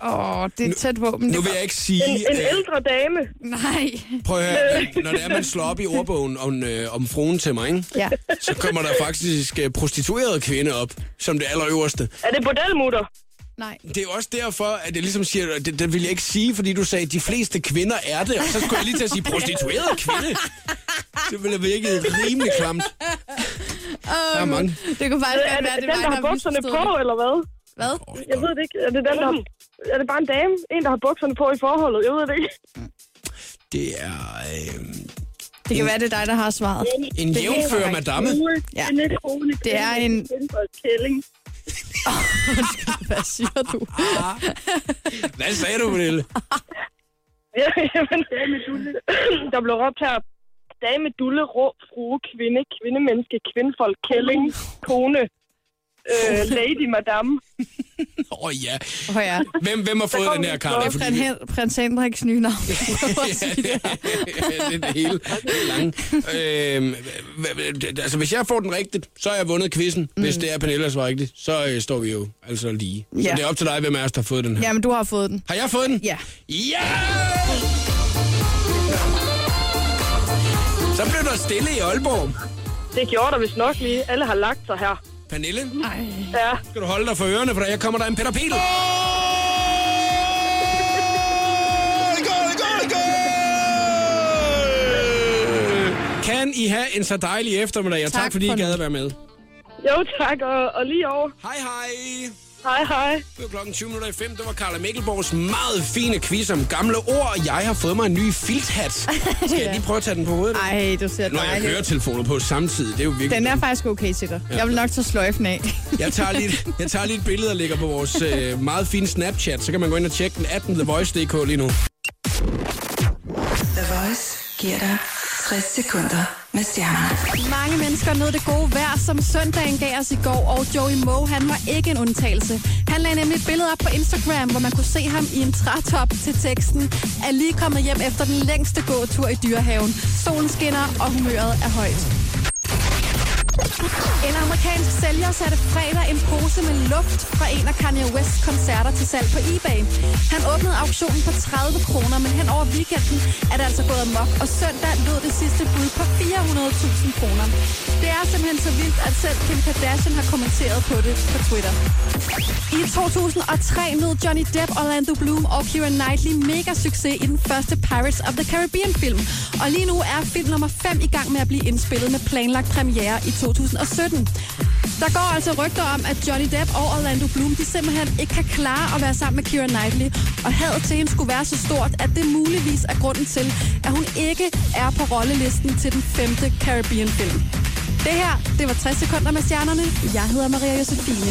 Speaker 2: Åh, det er tæt på, men
Speaker 1: Nu
Speaker 2: det
Speaker 1: vil jeg ikke sige...
Speaker 7: En, en
Speaker 1: øh,
Speaker 7: ældre dame.
Speaker 2: Nej.
Speaker 1: Prøv at høre, når det er, man slår op i ordbogen om, øh, om fruen til mig, ikke?
Speaker 2: Ja.
Speaker 1: så kommer der faktisk øh, prostituerede kvinde op, som det allerøverste.
Speaker 7: Er det bordelmutter?
Speaker 2: Nej.
Speaker 1: Det er jo også derfor, at jeg ligesom siger, at det, det vil jeg ikke sige, fordi du sagde, at de fleste kvinder er det, og så skulle jeg lige til at sige, prostitueret kvinde. Det ville have virket rimelig klamt. Der er
Speaker 2: Øhm,
Speaker 1: mange.
Speaker 2: Det kunne faktisk
Speaker 7: Er
Speaker 2: godt
Speaker 7: det,
Speaker 2: være, det
Speaker 7: den,
Speaker 2: var
Speaker 7: der
Speaker 2: en,
Speaker 7: har bukserne på,
Speaker 2: misforstået.
Speaker 7: eller hvad?
Speaker 2: Hvad?
Speaker 7: Jeg ved det ikke. Er det den, der har... Er det bare en dame? En, der har bukserne på i forholdet? Jeg ved det ikke.
Speaker 1: Det er øh,
Speaker 2: Det kan være, det er dig, der har svaret.
Speaker 1: en
Speaker 2: Det er helt
Speaker 1: jævnfører
Speaker 2: korrekt.
Speaker 1: madame.
Speaker 2: Ja.
Speaker 7: En lidt krone.
Speaker 2: Det er en-
Speaker 7: Kælling.
Speaker 2: Hvad siger du?
Speaker 1: Hvad sagde du, Pernille?
Speaker 7: Ja, jamen. Der blev råbt her. Dame, dulle, rå, frue, kvinde, kvindemenneske, kvindfolk, kælling, kone, øh, lady, madame.
Speaker 1: Åh oh, ja.
Speaker 2: Åh ja.
Speaker 1: Hvem, hvem har fået
Speaker 7: kom
Speaker 1: den her,
Speaker 7: en
Speaker 1: Karla?
Speaker 7: flot.
Speaker 1: Fordi-
Speaker 2: Prins, Hen- Prins Henriks nye navn.
Speaker 1: det er det hele, hele lange. Øhm, hva- hva- altså, hvis jeg får den rigtigt, så har jeg vundet quizzen. Hvis det er Pernillas var rigtigt, så øh, står vi jo altså lige. Så
Speaker 2: Mm. Ja.
Speaker 1: det er op til dig, hvem af os, der har fået den her.
Speaker 2: Jamen, du har fået den.
Speaker 1: Har jeg fået den?
Speaker 2: Ja.
Speaker 1: Ja! Så blev der stille i Aalborg.
Speaker 7: Det gjorde der vist nok lige. Alle har lagt sig her.
Speaker 1: Pernille,
Speaker 7: Ja,
Speaker 1: skal du holde dig for ørerne, for jeg kommer der en Peter Peter. Kan I have en så dejlig eftermiddag, og tak, tak
Speaker 2: Tak
Speaker 1: fordi
Speaker 2: for
Speaker 1: I
Speaker 2: nu.
Speaker 1: gad at være med.
Speaker 7: jo tak, og, og lige over.
Speaker 1: Hej hej!
Speaker 7: Hej, hej.
Speaker 1: Det var klokken 20 minutter i 5. Det var Karla Mikkelborgs meget fine quiz om gamle ord, og jeg har fået mig en ny filthat. Skal jeg lige prøve at tage den på hovedet?
Speaker 2: Ej, du ser
Speaker 1: Når jeg
Speaker 2: dejlig.
Speaker 1: hører
Speaker 2: ud.
Speaker 1: telefoner på samtidig, det er jo virkelig...
Speaker 2: Den er faktisk okay, sikkert. Jeg vil nok tage sløjfen af.
Speaker 1: Jeg tager lige, jeg tager lige et billede og lægger på vores øh, meget fine Snapchat, så kan man gå ind og tjekke den 18 The Voice.dk lige nu.
Speaker 3: The Voice giver dig 60 sekunder med stjernerne.
Speaker 4: Mange mennesker nød det gode vejr, som søndagen gav os i går, og Joey Moe, han var ikke en undtagelse. Han lagde nemlig et billede op på Instagram, hvor man kunne se ham i en trætop til teksten, er lige kommet hjem efter den længste gåtur i dyrehaven. Solen skinner, og humøret er højt. En amerikansk sælger satte fredag en pose med luft fra en af Kanye Wests koncerter til salg på eBay. Han åbnede auktionen på 30 kroner, men hen over weekenden er det altså gået amok, og søndag lød det sidste bud på 400.000 kroner. Det er simpelthen så vildt, at selv Kim Kardashian har kommenteret på det på Twitter. I 2003 nød Johnny Depp, Orlando Bloom og Keira Knightley mega succes i den første Pirates of the Caribbean film. Og lige nu er film nummer 5 i gang med at blive indspillet med planlagt premiere i 2017. Der går altså rygter om, at Johnny Depp og Orlando Bloom de simpelthen ikke kan klare at være sammen med Keira Knightley. Og hadet til hende skulle være så stort, at det muligvis er grunden til, at hun ikke er på rollelisten til den femte Caribbean-film. Det her, det var 60 sekunder med stjernerne. Jeg hedder Maria Josefine.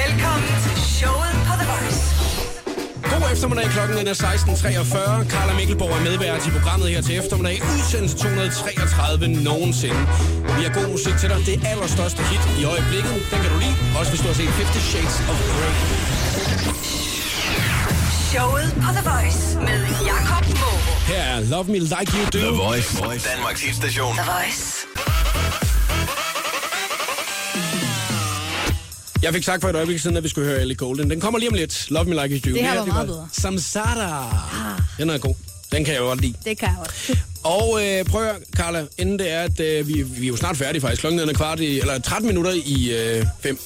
Speaker 5: Velkommen til showet på The Voice.
Speaker 1: God eftermiddag. Klokken den er 16.43. Karl og Mikkelborg er medvært i programmet her til eftermiddag. Udsendelse 233 nogensinde. Vi har god musik til dig. Det allerstørste hit i øjeblikket. Den kan du lide, også hvis du har set 50 Shades of Grey.
Speaker 5: Showet på The Voice med Jakob Moro.
Speaker 1: Her er Love Me Like You Do.
Speaker 8: The Voice. Danmarks hitstation.
Speaker 5: The Voice.
Speaker 1: Jeg fik sagt for et øjeblik siden, at vi skulle høre Ellie Golden. Den kommer lige om lidt. Love Me Like You Do.
Speaker 2: Det her
Speaker 1: her,
Speaker 2: var meget bedre. Ah.
Speaker 1: Samsara. Den er god. Den kan jeg jo godt lide.
Speaker 2: Det kan jeg godt.
Speaker 1: Og øh, prøv at høre, Carla, inden det er, at øh, vi, vi er jo snart færdige faktisk. Klokken er kvart i, eller 13 minutter i 5.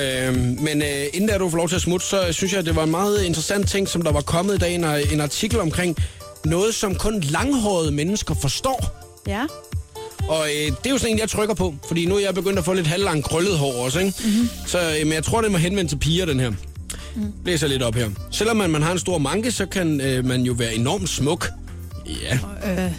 Speaker 1: Øh, men øh, inden der du får lov til at smutte, så synes jeg, at det var en meget interessant ting, som der var kommet i dag. En, øh, en artikel omkring noget, som kun langhårede mennesker forstår.
Speaker 2: Ja.
Speaker 1: Og øh, det er jo sådan en, jeg trykker på, fordi nu er jeg begyndt at få lidt halvlang krøllet hår også, ikke? Mm-hmm. Så øh, men jeg tror, det må henvende til piger, den her. Mm. Læser lidt op her. Selvom man, man har en stor manke, så kan øh, man jo være enormt smuk. Ja.
Speaker 2: Øh,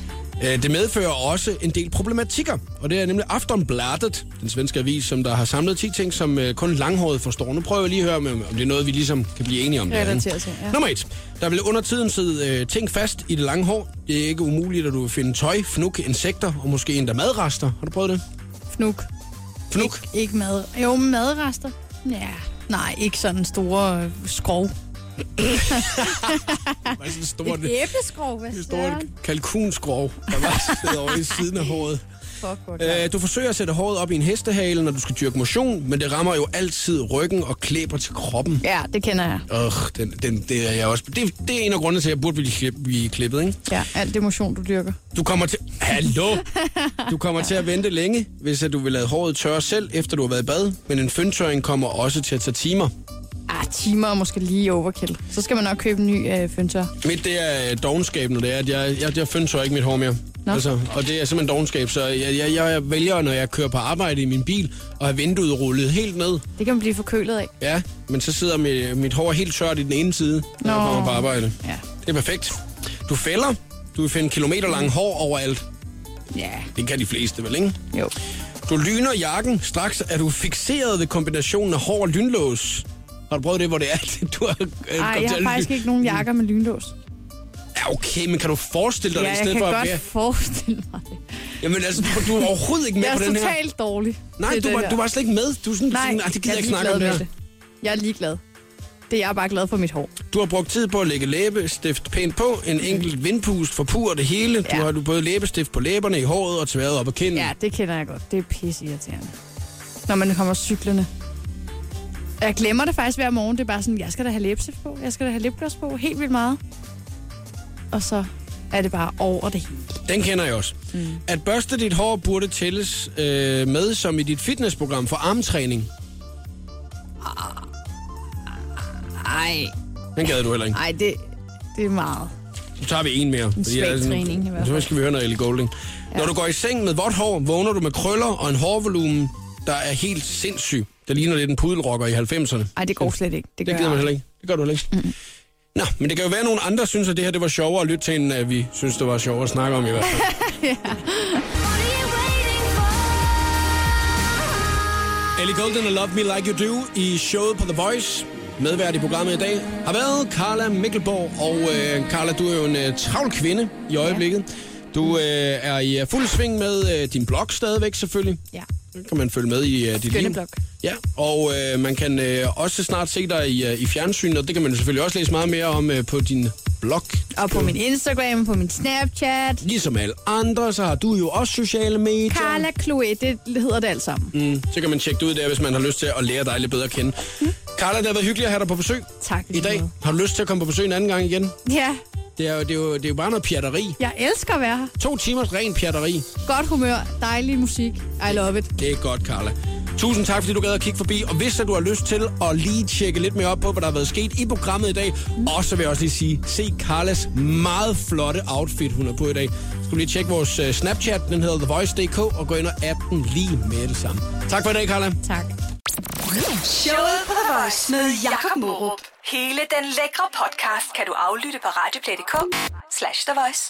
Speaker 1: Øh, Det medfører også en del problematikker, og det er nemlig Aftonbladet, den svenske avis, som der har samlet 10 ting, som øh, kun langhåret forstår. Nu prøver jeg lige at høre, om om det er noget, vi ligesom kan blive enige om. derinde.
Speaker 2: Relaterer til, ja.
Speaker 1: Nummer 1. Der vil under tiden sidde øh, ting fast i det lange hår. Det er ikke umuligt, at du vil finde tøj, fnuk, insekter og måske endda madrester. Har du prøvet det?
Speaker 2: fnuk.
Speaker 1: Fnuk?
Speaker 2: Ikke, ikke mad. Jo, madrester. Ja. Nej, ikke sådan store øh, skrov.
Speaker 1: Det var sådan en stor,
Speaker 2: Et æbleskrov, hvad
Speaker 1: en stor kalkunskrov, der var siddet over i siden af håret.
Speaker 2: Fuck, hvor er det
Speaker 1: Øh, du forsøger at sætte håret op i en hestehale, når du skal dyrke motion, men det rammer jo altid ryggen og klæber til kroppen.
Speaker 2: Ja, det kender jeg.
Speaker 1: Åh, den, den, det er jeg også. Det, det er en af grundene til, at jeg burde blive, klip- blive klippet, ikke?
Speaker 2: Ja, alt det motion, du dyrker.
Speaker 1: Du kommer til... Hallo! Du kommer til at vente længe, hvis at du vil lade håret tørre selv, efter du har været i bad. Men en føntørring kommer også til at tage timer.
Speaker 2: Ah, timer er måske lige overkill. Så skal man nok købe en ny øh, føntør.
Speaker 1: Mit, det er øh, dogenskab, når det er, at jeg, jeg, jeg føntørrer ikke mit hår mere.
Speaker 2: Nå.
Speaker 1: Altså, og det er simpelthen dogenskab, så jeg, jeg, jeg vælger, når jeg kører på arbejde i min bil, og har vinduet rullet helt ned.
Speaker 2: Det kan man blive forkølet af.
Speaker 1: Ja, men så sidder mit, mit hår helt tørt i den ene side, når jeg
Speaker 2: Nå.
Speaker 1: kommer på arbejde.
Speaker 2: Ja.
Speaker 1: Det er perfekt. Du fælder. Du vil finde kilometerlange hår overalt.
Speaker 2: Ja,
Speaker 1: Det kan de fleste vel, ikke?
Speaker 2: jo.
Speaker 1: Du lyner jakken. Straks er du fixeret ved kombinationen af hår og lynlås. Har du prøvet det, hvor det er, at du har... Øh,
Speaker 2: Ej,
Speaker 1: kommet til
Speaker 2: jeg
Speaker 1: at
Speaker 2: har
Speaker 1: ly-
Speaker 2: faktisk ikke nogen jakker med lynlås.
Speaker 1: Ja, okay, men kan du forestille dig
Speaker 2: Ja,
Speaker 1: det, i
Speaker 2: jeg
Speaker 1: stedet
Speaker 2: kan
Speaker 1: for at
Speaker 2: godt
Speaker 1: være...
Speaker 2: forestille mig det.
Speaker 1: Jamen altså, du, du er overhovedet ikke med
Speaker 2: Jeg er
Speaker 1: på den her.
Speaker 2: totalt dårlig.
Speaker 1: Nej,
Speaker 2: til
Speaker 1: du
Speaker 2: det
Speaker 1: var,
Speaker 2: der.
Speaker 1: du var slet ikke med. Du er sådan,
Speaker 2: Nej,
Speaker 1: sådan, "Ah, det gider jeg
Speaker 2: jeg
Speaker 1: ikke
Speaker 2: er
Speaker 1: snakke om det
Speaker 2: ligeglad
Speaker 1: her.
Speaker 2: med det. Jeg er ligeglad. Det er jeg bare glad for mit hår.
Speaker 1: Du har brugt tid på at lægge læbestift pænt på, en enkelt vindpust forpurer det hele. Du
Speaker 2: Mm. Ja.
Speaker 1: har du både læbestift på læberne, i håret og tværet op ad kinden.
Speaker 2: Ja, det kender jeg godt. Det er pisse irriterende. Når man kommer cyklerne. Jeg glemmer det faktisk hver morgen. Det er bare sådan, jeg skal da have læbestift på. Jeg skal da have lipgloss på. Helt vildt meget. Og så er det bare over det hele.
Speaker 1: Den kender jeg også. Mm. At børste dit hår burde tælles øh, med som i dit fitnessprogram for armtræning.
Speaker 2: Ej,
Speaker 1: Den gad du heller ikke.
Speaker 2: ej, det, det er meget.
Speaker 1: Så tager vi en mere. En
Speaker 2: svag træning i hvert
Speaker 1: Så
Speaker 2: fald.
Speaker 1: skal vi høre noget Ellie Golding. Ja. Når du går i seng med vådt hår, vågner du med krøller og en hårvolumen, der er helt sindssyg. Det ligner lidt en pudelrokker i 90'erne.
Speaker 2: Ej, det går slet ikke. Det,
Speaker 1: Det
Speaker 2: gør
Speaker 1: gider man
Speaker 2: jeg
Speaker 1: heller ikke. Det gør du heller ikke. Mm. Nå, men det kan jo være, at nogle andre synes, at det her det var sjovere at lytte til, end at vi synes, det var sjovere at snakke om i hvert fald. Ellie Golden og Love Me Like You Do i showet på The Voice, medvært i programmet i dag, har været Carla Mikkelborg. Og øh, Carla, du er jo en øh, travl kvinde i øjeblikket. Du øh, er i øh, fuld sving med øh, din blog stadigvæk selvfølgelig.
Speaker 2: Ja.
Speaker 1: Den kan man følge med i uh, dit
Speaker 2: Skønne
Speaker 1: liv.
Speaker 2: blog.
Speaker 1: Ja, og øh, man kan øh, også snart se dig i, øh, i fjernsynet, og det kan man selvfølgelig også læse meget mere om øh, på din blog.
Speaker 2: Og på min Instagram, på min Snapchat.
Speaker 1: Ligesom alle andre, så har du jo også sociale medier.
Speaker 2: Carla Chloe, det hedder det alt sammen. Mm.
Speaker 1: Mm, så kan man tjekke det ud der, hvis man har lyst til at lære dig lidt bedre at kende. Mm. Carla, det har været hyggeligt at have dig på besøg
Speaker 2: Tak.
Speaker 1: i dag. Har du lyst til at komme på besøg en anden gang igen?
Speaker 2: Ja,
Speaker 1: Det er jo, det er jo, det er jo bare noget pjatteri.
Speaker 2: jeg elsker at være her.
Speaker 1: To timers ren pjatteri.
Speaker 2: Godt humør, dejlig musik. I love it.
Speaker 1: Det er godt, Carla. Tusind tak, fordi du gad at kigge forbi. Og hvis at du har lyst til at lige tjekke lidt mere op på, hvad der har været sket i programmet i dag, og så vil jeg også lige sige, se Carlas meget flotte outfit, hun har på i dag. Skal du lige tjekke vores øh, Snapchat, den hedder TheVoice.dk, og gå ind og app den lige med det samme. Tak for i dag, Carla.
Speaker 2: Tak.
Speaker 5: Showet på The Voice med Jakob Morup. Hele den lækre podcast kan du aflytte på radioplay.dk slash The Voice.